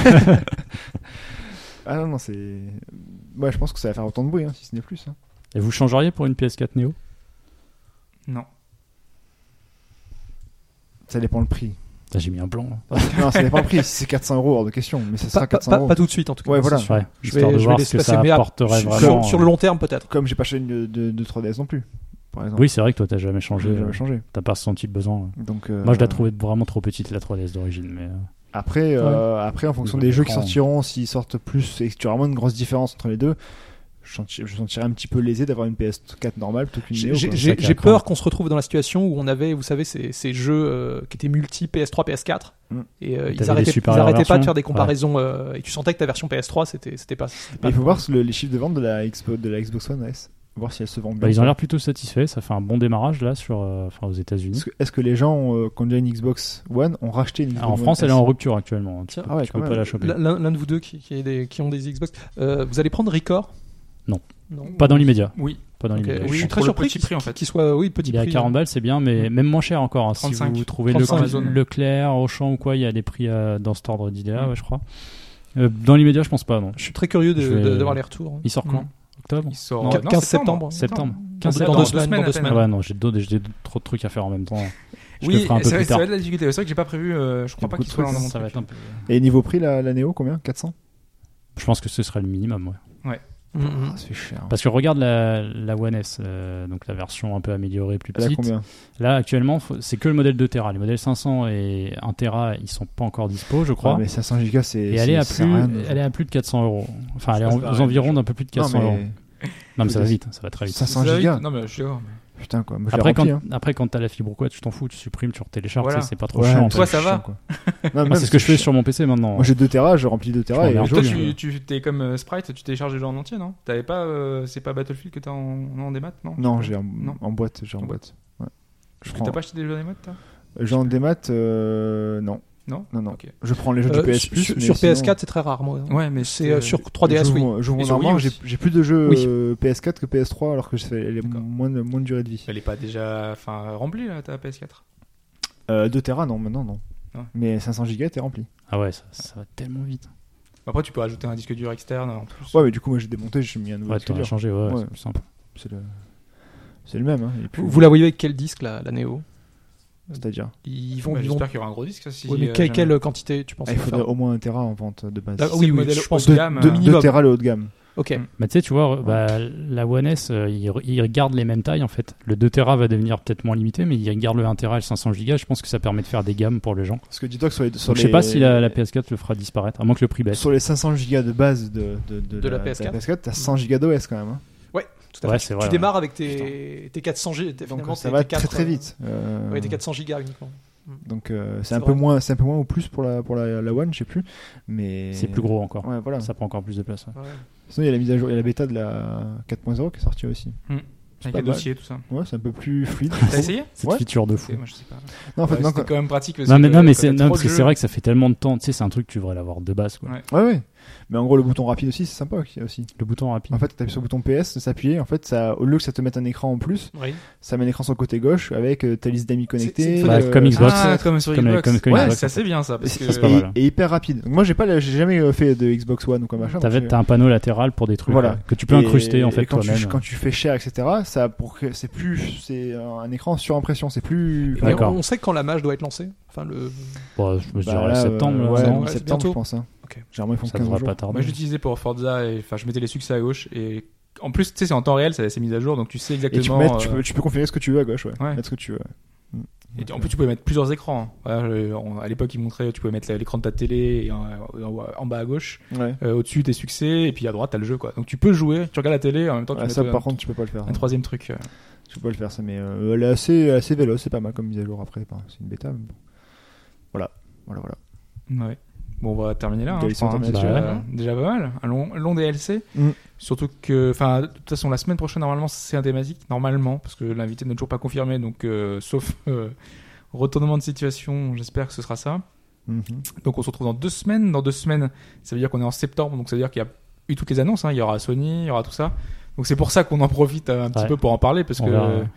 D: Ah non, non, c'est. Ouais, je pense que ça va faire autant de bruit, hein, si ce n'est plus. hein.
C: Et vous changeriez pour une PS4 Neo
B: Non.
D: Ça dépend le [laughs] prix.
C: Putain, J'ai mis un blanc. hein. là.
D: non, ça dépend le prix. Si c'est 400 euros, hors de question, mais ça sera
A: Pas, pas-
D: 400
A: pas-
D: euros.
A: pas tout de suite en tout cas.
D: Ouais, voilà.
C: Ouais,
A: Je
C: histoire
A: vais,
C: de
A: je vais
C: voir ce
A: laisser
C: que
A: passer,
C: ça
A: mais à-
C: apporterait
D: sur-
A: Sur-
C: vraiment. euh.
A: Sur le long terme peut-être.
D: Comme j'ai pas acheté de, de, de 3DS non plus, par exemple.
C: Oui, c'est vrai que toi t'as jamais changé.
D: J'ai jamais
C: euh,
D: changé.
C: T'as pas ressenti le besoin. hein.
D: Donc, euh,
C: Moi, je la trouvais vraiment trop petite, la 3DS d'origine. Mais... euh,
D: Après, euh, après, en fonction des
C: Je
D: jeux qui
C: comprends.
D: sortiront, s'ils sortent plus et que tu as vraiment une grosse différence entre les deux, je senti- je sentirais un petit peu lésé d'avoir une PS4 normale plutôt qu'une
A: J'ai
D: Neo.
A: j'ai-
D: quoi.
A: j'ai-
C: qui est
A: j'ai
C: incroyable.
A: peur qu'on se retrouve dans la situation où on avait, vous savez, ces, ces jeux euh, qui étaient multi PS3, PS4.
D: Mm.
C: Et
A: Et euh,
C: t'avais
A: ils
C: des
A: arrêtaient, ils
C: supérieures
A: arrêtaient pas de
C: versions.
A: faire des comparaisons. euh, et tu sentais que ta version PS3, c'était c'était pas. c'était
D: Mais
A: pas-
D: il faut voir le- les chiffres de vente de la, Xbox- de la Xbox One S, voir si elle se vend bien.
C: bah, ils ont l'air plutôt satisfaits. Ça fait un bon démarrage là sur, euh, enfin, aux États-Unis.
D: Est-ce que, est-ce que les gens euh, qui ont déjà une Xbox One ont racheté une Xbox
C: Alors, Ah, en
D: One
C: France, elle est
D: S?
C: en rupture actuellement. hein. Tu,
A: Tiens,
C: peux,
D: bah, ah ouais,
C: tu peux
D: quand
C: pas
D: même.
C: la choper.
A: L'un l'un de vous deux qui, qui, est des- qui ont des Xbox, euh, vous allez prendre Record
C: Non.
A: Non.
C: Pas dans l'immédia.
B: Oui.
C: Pas dans
A: Ok,
C: l'immédia. Je
A: oui, je
C: suis-
A: suis très
B: pour le
A: surpris
B: petit
A: qu'il-
B: prix, en fait.
A: qu'il soit oui petit
C: Il est à
A: prix. hein.
C: 40 balles, c'est bien, mais même moins cher encore. hein. Si
B: 35.
C: vous trouvez
A: 35
C: Lecle-
B: Amazon.
C: Leclerc, Auchan ou quoi, il y a des prix euh, dans cet ordre d'idée là, ouais, je crois. Euh, dans l'immédiat, je pense pas, non.
A: Je suis très curieux de,
C: Je vais-
A: de- d'avoir les retours. hein.
C: Il sort quand
B: Mm.
C: Octobre
B: Il sort
A: Non,
B: euh,
A: 15 septembre.
C: Septembre 15
A: Dans,
B: c'est
A: dans
B: dans
A: deux
B: deux
A: semaines, dans
B: semaines
A: deux
B: à
A: semaines.
B: peine.
C: Ouais, non, j'ai d'autres- j'ai d'autres- trop de trucs à faire en même temps. Je le
B: Oui,
C: ferai un peu
B: c'est
C: plus
B: vrai- ça
C: tard.
B: va être la difficulté. C'est vrai que j'ai pas prévu. euh, je crois pas
D: Beaucoup
B: qu'il
D: de
B: soit
D: trucs,
B: dans
D: ça,
B: mon
C: ça va
B: truc.
C: être un peu-
D: Et niveau prix, la, la Neo, combien 400
C: Je pense que ce serait le minimum, ouais.
A: Mm, mm.
D: Ah, c'est cher.
C: Parce que regarde la, la One S, euh, donc la version un peu améliorée, plus
D: Elle a
C: petite.
D: combien
C: Là, actuellement, faut- c'est que le modèle 2 Tera. Les modèles 500 et 1 Tera, ils sont pas encore dispo, je crois.
D: Ouais, Ah, Mais 500 Go, c'est.
C: et elle est, à
D: c'est- c'est
C: plus,
D: rien.
C: elle est à plus de 400 euros. Enfin, elle
B: Ça,
C: est en-
B: c'est
C: aux
B: rien,
C: environs d'un peu plus de
D: Non,
C: 400 euros.
D: mais
C: Non, mais ça va
D: Faut
C: vite, ça va très vite.
D: 500
B: Ça va
D: gigas.
B: vite. Non, mais je suis d'accord. mais-
D: Putain, quoi. Moi, je l'ai
C: Après,
D: rempli,
C: quand,
D: hein.
C: après, quand t'as la fibre ou quoi, tu t'en fous, tu supprimes, tu retélécharges,
B: Voilà.
C: tu sais, c'est pas trop
D: Ouais,
C: chiant. en
D: mais
C: fait.
B: Toi,
D: c'est
B: ça
D: chiant,
B: va
D: quoi. Non,
C: Ah,
D: même
C: c'est ce que je fais sur mon PC maintenant.
D: Moi j'ai 2 Tera, je remplis 2 Tera
C: Je
D: et
C: m'en
D: je
C: mets
B: Toi,
C: Oui,
D: joue.
C: euh.
B: tu, tu t'es comme euh, Sprite, tu télécharges les jeux en entier, non T'avais pas, euh, c'est pas Battlefield que t'as en, en démat, non
D: Non, j'ai en,
B: Non.
D: en boîte, j'ai en
B: En
D: boîte. Ouais. Je
B: T'as
D: prends.
B: pas acheté des jeux en démat, toi
D: J'ai en démat, euh, non.
B: Non
D: Non, non.
B: Ok.
D: Je prends les jeux du
A: Euh,
D: PS
A: sur-
D: Plus.
A: sur,
D: mais
A: sur
D: sinon,
A: PS4, c'est très rare. Moi.
B: Ouais, mais
A: c'est euh, sur 3DS,
D: j'ouvre
A: oui.
D: mon- J'ouvre
B: Et
D: mon
B: sur Wii
D: armoire, j'ai
B: aussi.
D: j'ai plus de jeux
A: Oui.
D: euh, PS4 que PS3 alors que je fais les
B: D'accord.
D: moins de, moins de durée de vie.
B: Elle est pas déjà, enfin, remplie là, ta PS4
D: Euh, 2 Tera, non, maintenant non.
B: Ouais.
D: Mais 500 Go était rempli.
C: Ah ouais, ça, ça va tellement vite.
B: Après, tu peux rajouter un disque dur externe en plus.
D: Ouais, mais du coup, moi j'ai démonté, j'ai mis un nouveau
C: Ouais,
D: disque
C: t'aurais
D: dur.
C: changé, ouais,
D: Ouais.
C: c'est plus simple.
D: C'est le... c'est le même, hein. il est plus-
A: Vous, vous la voyez avec quel disque, la, la Neo
D: C'est-à-dire.
A: Ils vont.
B: Bah,
A: ils vont...
B: J'espère qu'il y aura un gros disque. ça, si,
A: Ouais, mais
B: euh,
A: quelle,
B: jamais-
A: quelle quantité tu penses
D: Ah, il
A: qu'il faut
D: faudrait
A: faire
D: au moins un Tera en vente de base.
A: Ah,
B: c'est
A: oui,
B: le
A: oui,
B: modèle
A: je pense
B: haut de
A: deux-
B: gamme,
A: deux
B: hein.
A: minutes.
D: 2
A: minimum.
D: Tera le haut de gamme.
A: Ok.
D: Mm.
C: Mais tu sais, tu vois, bah, la One S, euh, ils, re- ils gardent les mêmes tailles en fait. Le 2 Tera va devenir peut-être moins limité, mais ils gardent le 1 Tera et le 500 Go. Je pense que ça permet de faire des gammes pour les gens.
D: Parce que dis-toi que sur les. Sur
C: Donc, je sais
D: les-
C: pas si la, la PS4 le fera disparaître, à moins que le prix baisse.
D: Sur les 500 Go de base de, de,
A: De la PS4.
D: t'as 100 Go d'OS quand même. hein.
A: Tout à
C: Ouais,
A: fait.
C: c'est
A: tu
C: vrai, ouais.
A: démarres avec tes, tes 400 G. t'es-
D: Donc
A: finalement,
D: ça
A: tes-
D: va
A: tes quatre,
D: très très
A: euh,
D: vite. Euh,
A: Ouais, tes 400 gigas uniquement.
D: Donc euh, c'est
A: C'est
D: un peu
A: vrai.
D: moins, c'est un peu moins ou plus pour la pour la, la One, je sais plus. Mais
C: C'est plus gros encore.
D: Ouais, voilà.
C: Ça prend encore plus de place. ouais.
A: Ouais.
D: Sinon il y a la mise à jour, il y a la bêta de la 4.0 qui est sortie aussi.
B: Avec
D: pas
B: les
D: mal.
B: dossiers, tout ça.
D: Ouais, c'est un peu plus
A: [laughs]
D: fluide.
B: T'as essayé
C: Cette
D: Ouais.
C: feature de fou.
B: C'est- Moi, je sais pas.
D: non, en fait,
B: Ouais,
D: non,
B: C'était
D: quand-
B: quand même pratique. parce
C: Non mais,
B: que
C: non, mais
B: quand t'as
C: c'est non,
B: trop
C: parce
B: de
C: que c'est
B: jeux-
C: vrai que ça fait tellement de temps. Tu sais, c'est un truc que tu devrais l'avoir de base. Quoi.
B: Ouais.
D: ouais, ouais. Mais en gros, le bouton rapide aussi, c'est sympa qui- aussi.
C: Le bouton rapide.
D: En fait, t'appuies sur le bouton PS, de s'appuyer. En fait, ça, au lieu que ça te mette un écran en plus,
A: Oui.
D: ça met un écran sur le côté gauche avec euh, ta liste d'amis euh,
A: c'est
D: connectés.
A: une Bah,
C: fenêtre. comme Xbox.
B: Ah, comme sur
C: Comme-
B: Xbox.
C: comme- comme
B: ouais,
C: Xbox,
B: c'est
C: en fait.
B: assez bien ça. Parce
D: Et-
B: que
C: c'est pas
D: ah, et-
C: mal.
D: et hyper rapide. Donc, moi, j'ai pas, la- j'ai jamais euh, fait de Xbox One ou quoi machin.
C: T'as
D: donc, euh,
C: t'as un panneau latéral pour des trucs
D: Voilà.
C: euh, que tu peux
D: Et-
C: incruster en
D: et
C: fait
D: quand tu,
C: toi-même.
D: quand tu fais cher, etc., ça pour que c'est plus, c'est un écran sur impression, c'est plus.
A: Mais
C: D'accord.
A: On, on sait quand la mage doit être lancée. Enfin, le...
C: Bon, je me
D: Bah,
C: dirais
D: là,
C: septembre.
D: euh,
C: là,
D: ouais,
C: non,
A: ouais, c'est
D: septembre,
A: bientôt.
D: je pense. hein.
A: Ok.
D: Généralement, ils font
C: ça
D: 15
C: devrait
D: jours.
C: pas tarder.
B: Moi, je l'utilisais pour Forza et enfin, je mettais les succès à gauche et en plus, tu sais, c'est en temps réel, ça c'est mis à jour, donc tu sais
D: Et tu peux,
B: exactement.
D: mettre, tu,
B: euh,
D: peux, tu peux configurer ce que tu veux à gauche, ouais.
B: Ouais.
D: Mettre ce que tu veux.
B: et tu- en plus, tu pouvais mettre plusieurs écrans. hein. Voilà, je- on- à l'époque, ils montraient, tu pouvais mettre l'écran de ta télé et en, en- en bas à gauche,
D: Ouais.
B: euh, au-dessus tes succès, et puis à droite, t'as le jeu, quoi. Donc tu peux jouer, tu regardes la télé, en même temps, tu
D: Ah,
B: mets
D: ça,
B: un,
D: par contre, tu peux pas le faire. hein.
B: un troisième truc. euh.
D: Tu peux pas le faire, ça, mais euh, elle est assez, assez véloce, c'est pas mal comme mise à jour après. Enfin, c'est une bêta, mais bon. Voilà. Voilà, voilà.
B: Ouais. Bon, on va terminer là. hein,
D: Ils
B: je
D: sont
B: crois, hein,
D: terminés
B: parce que,
C: là-dessus,
B: euh,
D: hein.
B: déjà pas mal. Un long, long DLC.
D: Mm.
B: Surtout que, enfin, de toute façon, la semaine prochaine, normalement, c'est un thématique. Normalement, parce que l'invité n'est toujours pas confirmé. Donc, euh, sauf euh, retournement de situation, j'espère que ce sera ça.
D: Mhm.
B: Donc, on se retrouve dans deux semaines. Dans deux semaines, ça veut dire qu'on est en septembre. Donc, ça veut dire qu'il y a eu toutes les annonces. hein. Il y aura Sony, il y aura tout ça. Donc, c'est pour ça qu'on en profite euh, un petit
C: Ouais.
B: peu pour en parler. Parce
C: On
B: que
C: verra,
B: euh,
C: ouais.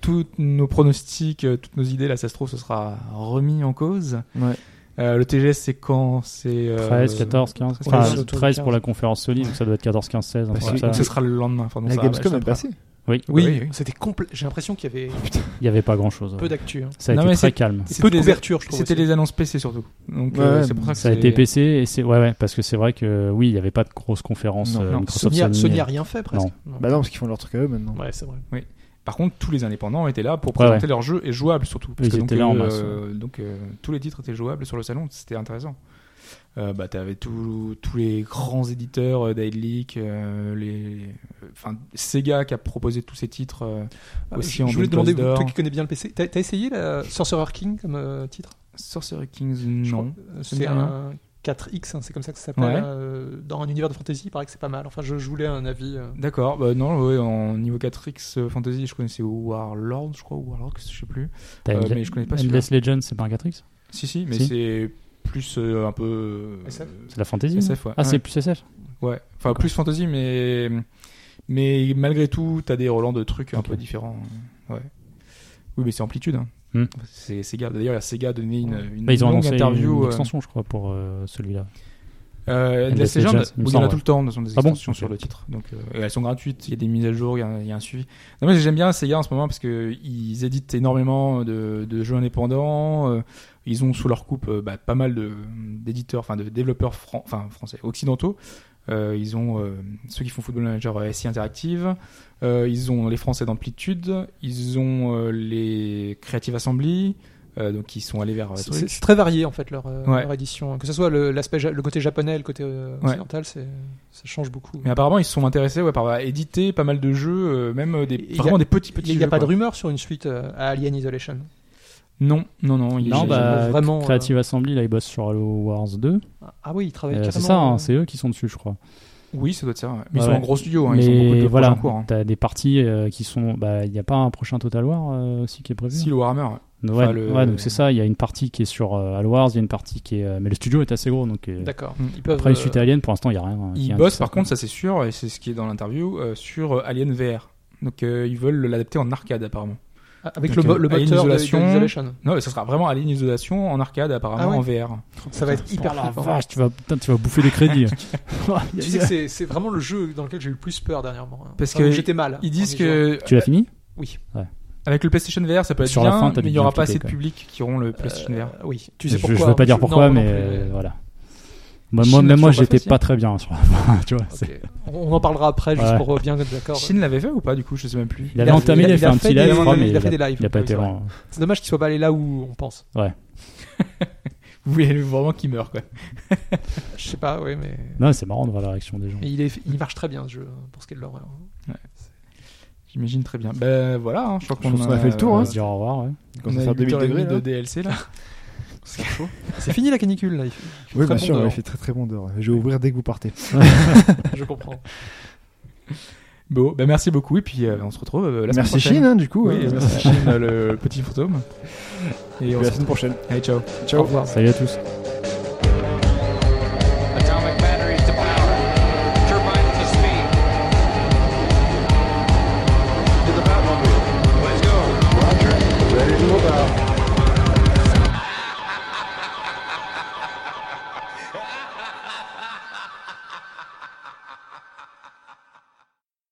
B: tous nos pronostics, euh, toutes nos idées, là, ça se trouve, ce sera remis en cause.
D: Ouais.
B: Euh, le TGS, c'est quand C'est euh,
C: 13, 14, 15.
B: c'est
C: Enfin,
B: autour
A: de
C: 13 pour
A: 15.
C: la conférence Sony, donc ça doit être 14, 15, 16. un
D: Parce
C: truc
D: que-
C: comme
B: Donc, ce
C: ça.
B: sera le lendemain. Enfin, donc
D: La
B: ça-
D: Gamescom
B: ça-
D: est passée.
A: Oui,
B: Oui, oui.
A: c'était complet. J'ai l'impression qu'il y avait
C: Il n'y avait pas grand chose.
A: peu d'actu. hein.
C: Ça a
B: Non, mais
C: été
B: c'est-
C: très calme.
B: C'était
A: Peu de
B: les-
A: couverture, je trouve.
B: C'était
A: aussi.
B: les annonces PC surtout. Donc
D: Ouais,
B: euh,
D: ouais,
B: c'est pour ça que
C: Ça a
B: c'est-
C: été PC et c'est ouais ouais parce que c'est vrai que oui il n'y avait pas de grosse conférence
D: Non,
C: euh,
B: non.
C: Microsoft
A: Sony, a,
C: Sony.
A: Sony a rien fait presque. Non.
D: Bah non, parce qu'ils font leur truc à eux maintenant.
A: Ouais, c'est vrai.
B: Par contre, tous les indépendants étaient là pour
C: Ouais,
B: présenter leurs jeux et jouables surtout.
C: Ils
B: donc,
C: étaient là en masse,
B: euh, donc euh, tous les titres étaient jouables sur le salon. C'était intéressant. Euh, bah, t'avais tous tous les grands éditeurs, euh, Dade Leak, euh, les, enfin Sega qui a proposé tous ces titres. euh,
A: Ah,
B: Aussi
A: je,
B: en
A: je voulais te
B: Blinkers
A: demander,
B: d'or.
A: toi qui connais bien le PC, t'as t'as essayé la Sorcerer King comme euh, titre
B: Sorcerer Kings,
A: Je
B: non.
A: crois-
B: me dit
A: C'est
B: rien.
A: un 4X, hein, c'est comme ça que ça s'appelle.
B: Ouais.
A: euh, dans un univers de fantasy, il paraît que c'est pas mal. Enfin, je, je voulais un avis. euh,
B: D'accord, bah non, ouais, en niveau 4X euh, Fantasy, je connaissais Warlord, je crois, ou Warlocks, je sais plus.
C: T'as
B: Euh,
C: Endle-
B: mais je connais pas celui-là.
C: Endless Legend c'est pas un 4X
B: Si, si, mais
C: Si.
B: c'est plus euh, un peu. euh,
A: SF?
C: c'est la fantasy non
B: SF, ouais.
C: ah
B: Ouais.
C: c'est plus SF
B: Ouais, enfin plus fantasy, mais mais malgré tout, t'as des relents de trucs un
C: Ok.
B: peu différents. Ouais. Oui, mais c'est amplitude. Hein.
C: Hmm.
B: C'est Sega. D'ailleurs, la Sega a donné une, une
C: Bah, ils ont
B: longue
C: annoncé une-
B: interview.
C: une
B: euh,
C: extension je crois pour euh, celui-là
B: euh, Endless
C: Endless
B: Legend,
C: Legends, il me
B: où il y en a
C: semble,
B: tout le temps, ce sont des
C: Ah bon
B: extensions sur
C: Ok.
B: le titre. Donc, euh, et elles sont gratuites, il y a des mises à jour, il y a, un- il y a un suivi. Non, mais j'aime bien Sega en ce moment parce que ils éditent énormément de, de jeux indépendants. euh, ils ont sous leur coupe euh, bah, pas mal de- d'éditeurs, enfin de développeurs fran- enfin, français, occidentaux. Euh, ils ont euh, ceux qui font Football Manager euh, SI Interactive. Euh, ils ont les Français d'Amplitude. Ils ont euh, les Creative Assembly. euh, donc ils sont allés vers. euh,
A: c'est-
B: trucs.
A: C'est c'est très varié en fait leur, euh,
B: Ouais.
A: leur édition. Que ce soit le, l'aspect ja- le côté japonais, le côté euh,
B: Ouais.
A: occidental, c'est- ça change beaucoup.
B: Mais apparemment, ils se sont intéressés ouais, par à éditer pas mal de jeux, euh, même euh, des,
A: Et y a-
B: vraiment des petits petits
A: Il n'y
B: jeux.
A: a pas de
B: quoi.
A: rumeur sur une suite euh, à Alien Isolation.
B: Non, non, non. il-
C: non
A: j'ai-
B: j'ai-
C: bah
A: j'ai vraiment, euh,
C: Creative Assembly là ils bossent sur Halo Wars 2
A: Ah oui, ils travaillent
C: Euh, c'est
A: carrément,
C: ça hein,
A: euh,
C: c'est eux qui sont dessus je crois
B: Oui, ça doit être ça. ouais. Mais ils
C: Ouais,
B: sont
C: ouais.
B: en gros studio, hein,
C: mais
B: ils ont beaucoup de projets
C: voilà
B: en cours. Hein.
C: t'as des parties euh, qui sont bah il n'y a pas un prochain Total War euh, aussi qui est prévu
B: Si le Warhammer. ouais.
C: ouais,
B: enfin, le-
C: ouais, donc c'est ça il y a une partie qui est sur euh, Halo Wars il y a une partie qui est euh, mais le studio est assez gros donc euh,
A: D'accord.
B: Mm.
A: Ils peuvent,
C: Après, les
A: euh,
C: suites Alien, pour l'instant, il n'y a rien. hein, qui
B: Ils
C: indique
B: bossent,
C: ça,
B: par
C: quoi.
B: contre, ça c'est sûr, et c'est ce qui est dans l'interview, euh, sur euh, Alien VR. Donc euh, ils veulent l'adapter en arcade apparemment.
A: Ah, Avec le,
B: Donc,
A: mo- le
B: Alien
A: moteur de- de
B: Isolation.
A: Isolation.
B: Non, mais ça sera vraiment Alien Isolation en arcade, apparemment,
A: Ah ouais.
B: en VR.
A: Ça va être hyper
C: la
A: flippant.
C: vache, tu vas, putain, tu vas bouffer des crédits.
A: Tu sais que c'est- c'est vraiment le jeu dans lequel j'ai eu le plus peur dernièrement. hein.
B: Parce
A: Enfin,
B: que
A: où j'étais mal. hein,
B: Ils
A: en
B: disent
A: y jouant.
B: que
C: [laughs] tu l'as fini
B: avec le PlayStation VR, ça peut être
C: Sur la
B: bien,
C: fin,
B: mais
C: t'as
B: il
C: dû
B: n'y aura
C: bien
B: pas
C: cliquer,
B: assez de
C: quoi.
B: public qui auront le PlayStation VR.
A: Euh, oui, tu sais
C: je,
A: pourquoi.
C: je vais pas dire
A: Non,
C: pourquoi,
A: moi
C: mais
A: non plus, hein.
C: euh, voilà. Moi, moi-
B: Chine,
C: même moi,
B: toujours pas
C: j'étais
B: facile.
C: pas très bien sur [laughs] la fin, tu vois. c'est-
A: Ok. On en parlera après, juste
C: Ouais.
A: pour euh, bien être d'accord.
B: Chine l'avait fait ou pas, du coup Je sais même plus.
C: Il
A: euh,
C: avait entamé, il a fait un petit
A: des-
C: live, je
A: il a-
C: crois,
A: il a
C: mais
A: fait des lives.
C: Il a pas
A: Oui,
C: été
A: c'est vrai.
C: loin.
A: C'est dommage qu'il soit pas allé là où on pense.
B: Vous voulez vraiment qu'il meure, quoi.
A: Je sais pas, oui, mais.
C: Non, c'est marrant de voir la réaction des gens.
A: mais il, est, il marche très bien ce jeu, hein, pour ce qui est de l'horreur.
B: J'imagine très bien. Ben voilà, hein, je crois
D: Je
B: qu'on
D: pense qu'on a fait le tour,
C: On
D: hein.
C: va se dire au revoir, ouais.
D: Quand
B: On
D: ça
B: a
D: fait
B: 8
D: 2000
B: heures et demie
D: degrés,
B: de
D: là.
B: DLC
D: [laughs]
B: là. C'est chaud.
A: C'est fini la canicule, là. il-
D: Oui,
A: il fait
D: bien
A: très
D: sûr, ouais,
A: bon
D: il
A: dehors.
D: fait très très bon dehors. Je vais ouvrir dès que vous partez.
A: [laughs] Je comprends.
B: Bon, ben merci beaucoup et puis euh, on se retrouve euh, la semaine
D: Merci
B: prochaine.
D: Chine, hein, du coup.
B: Oui,
D: hein.
B: merci Chine, le petit fantôme. Et
D: Et
B: on
D: à
B: se
D: la semaine prochaine.
B: retrouve. Allez, ciao.
A: Au
D: Ciao.
A: revoir.
C: Salut à tous.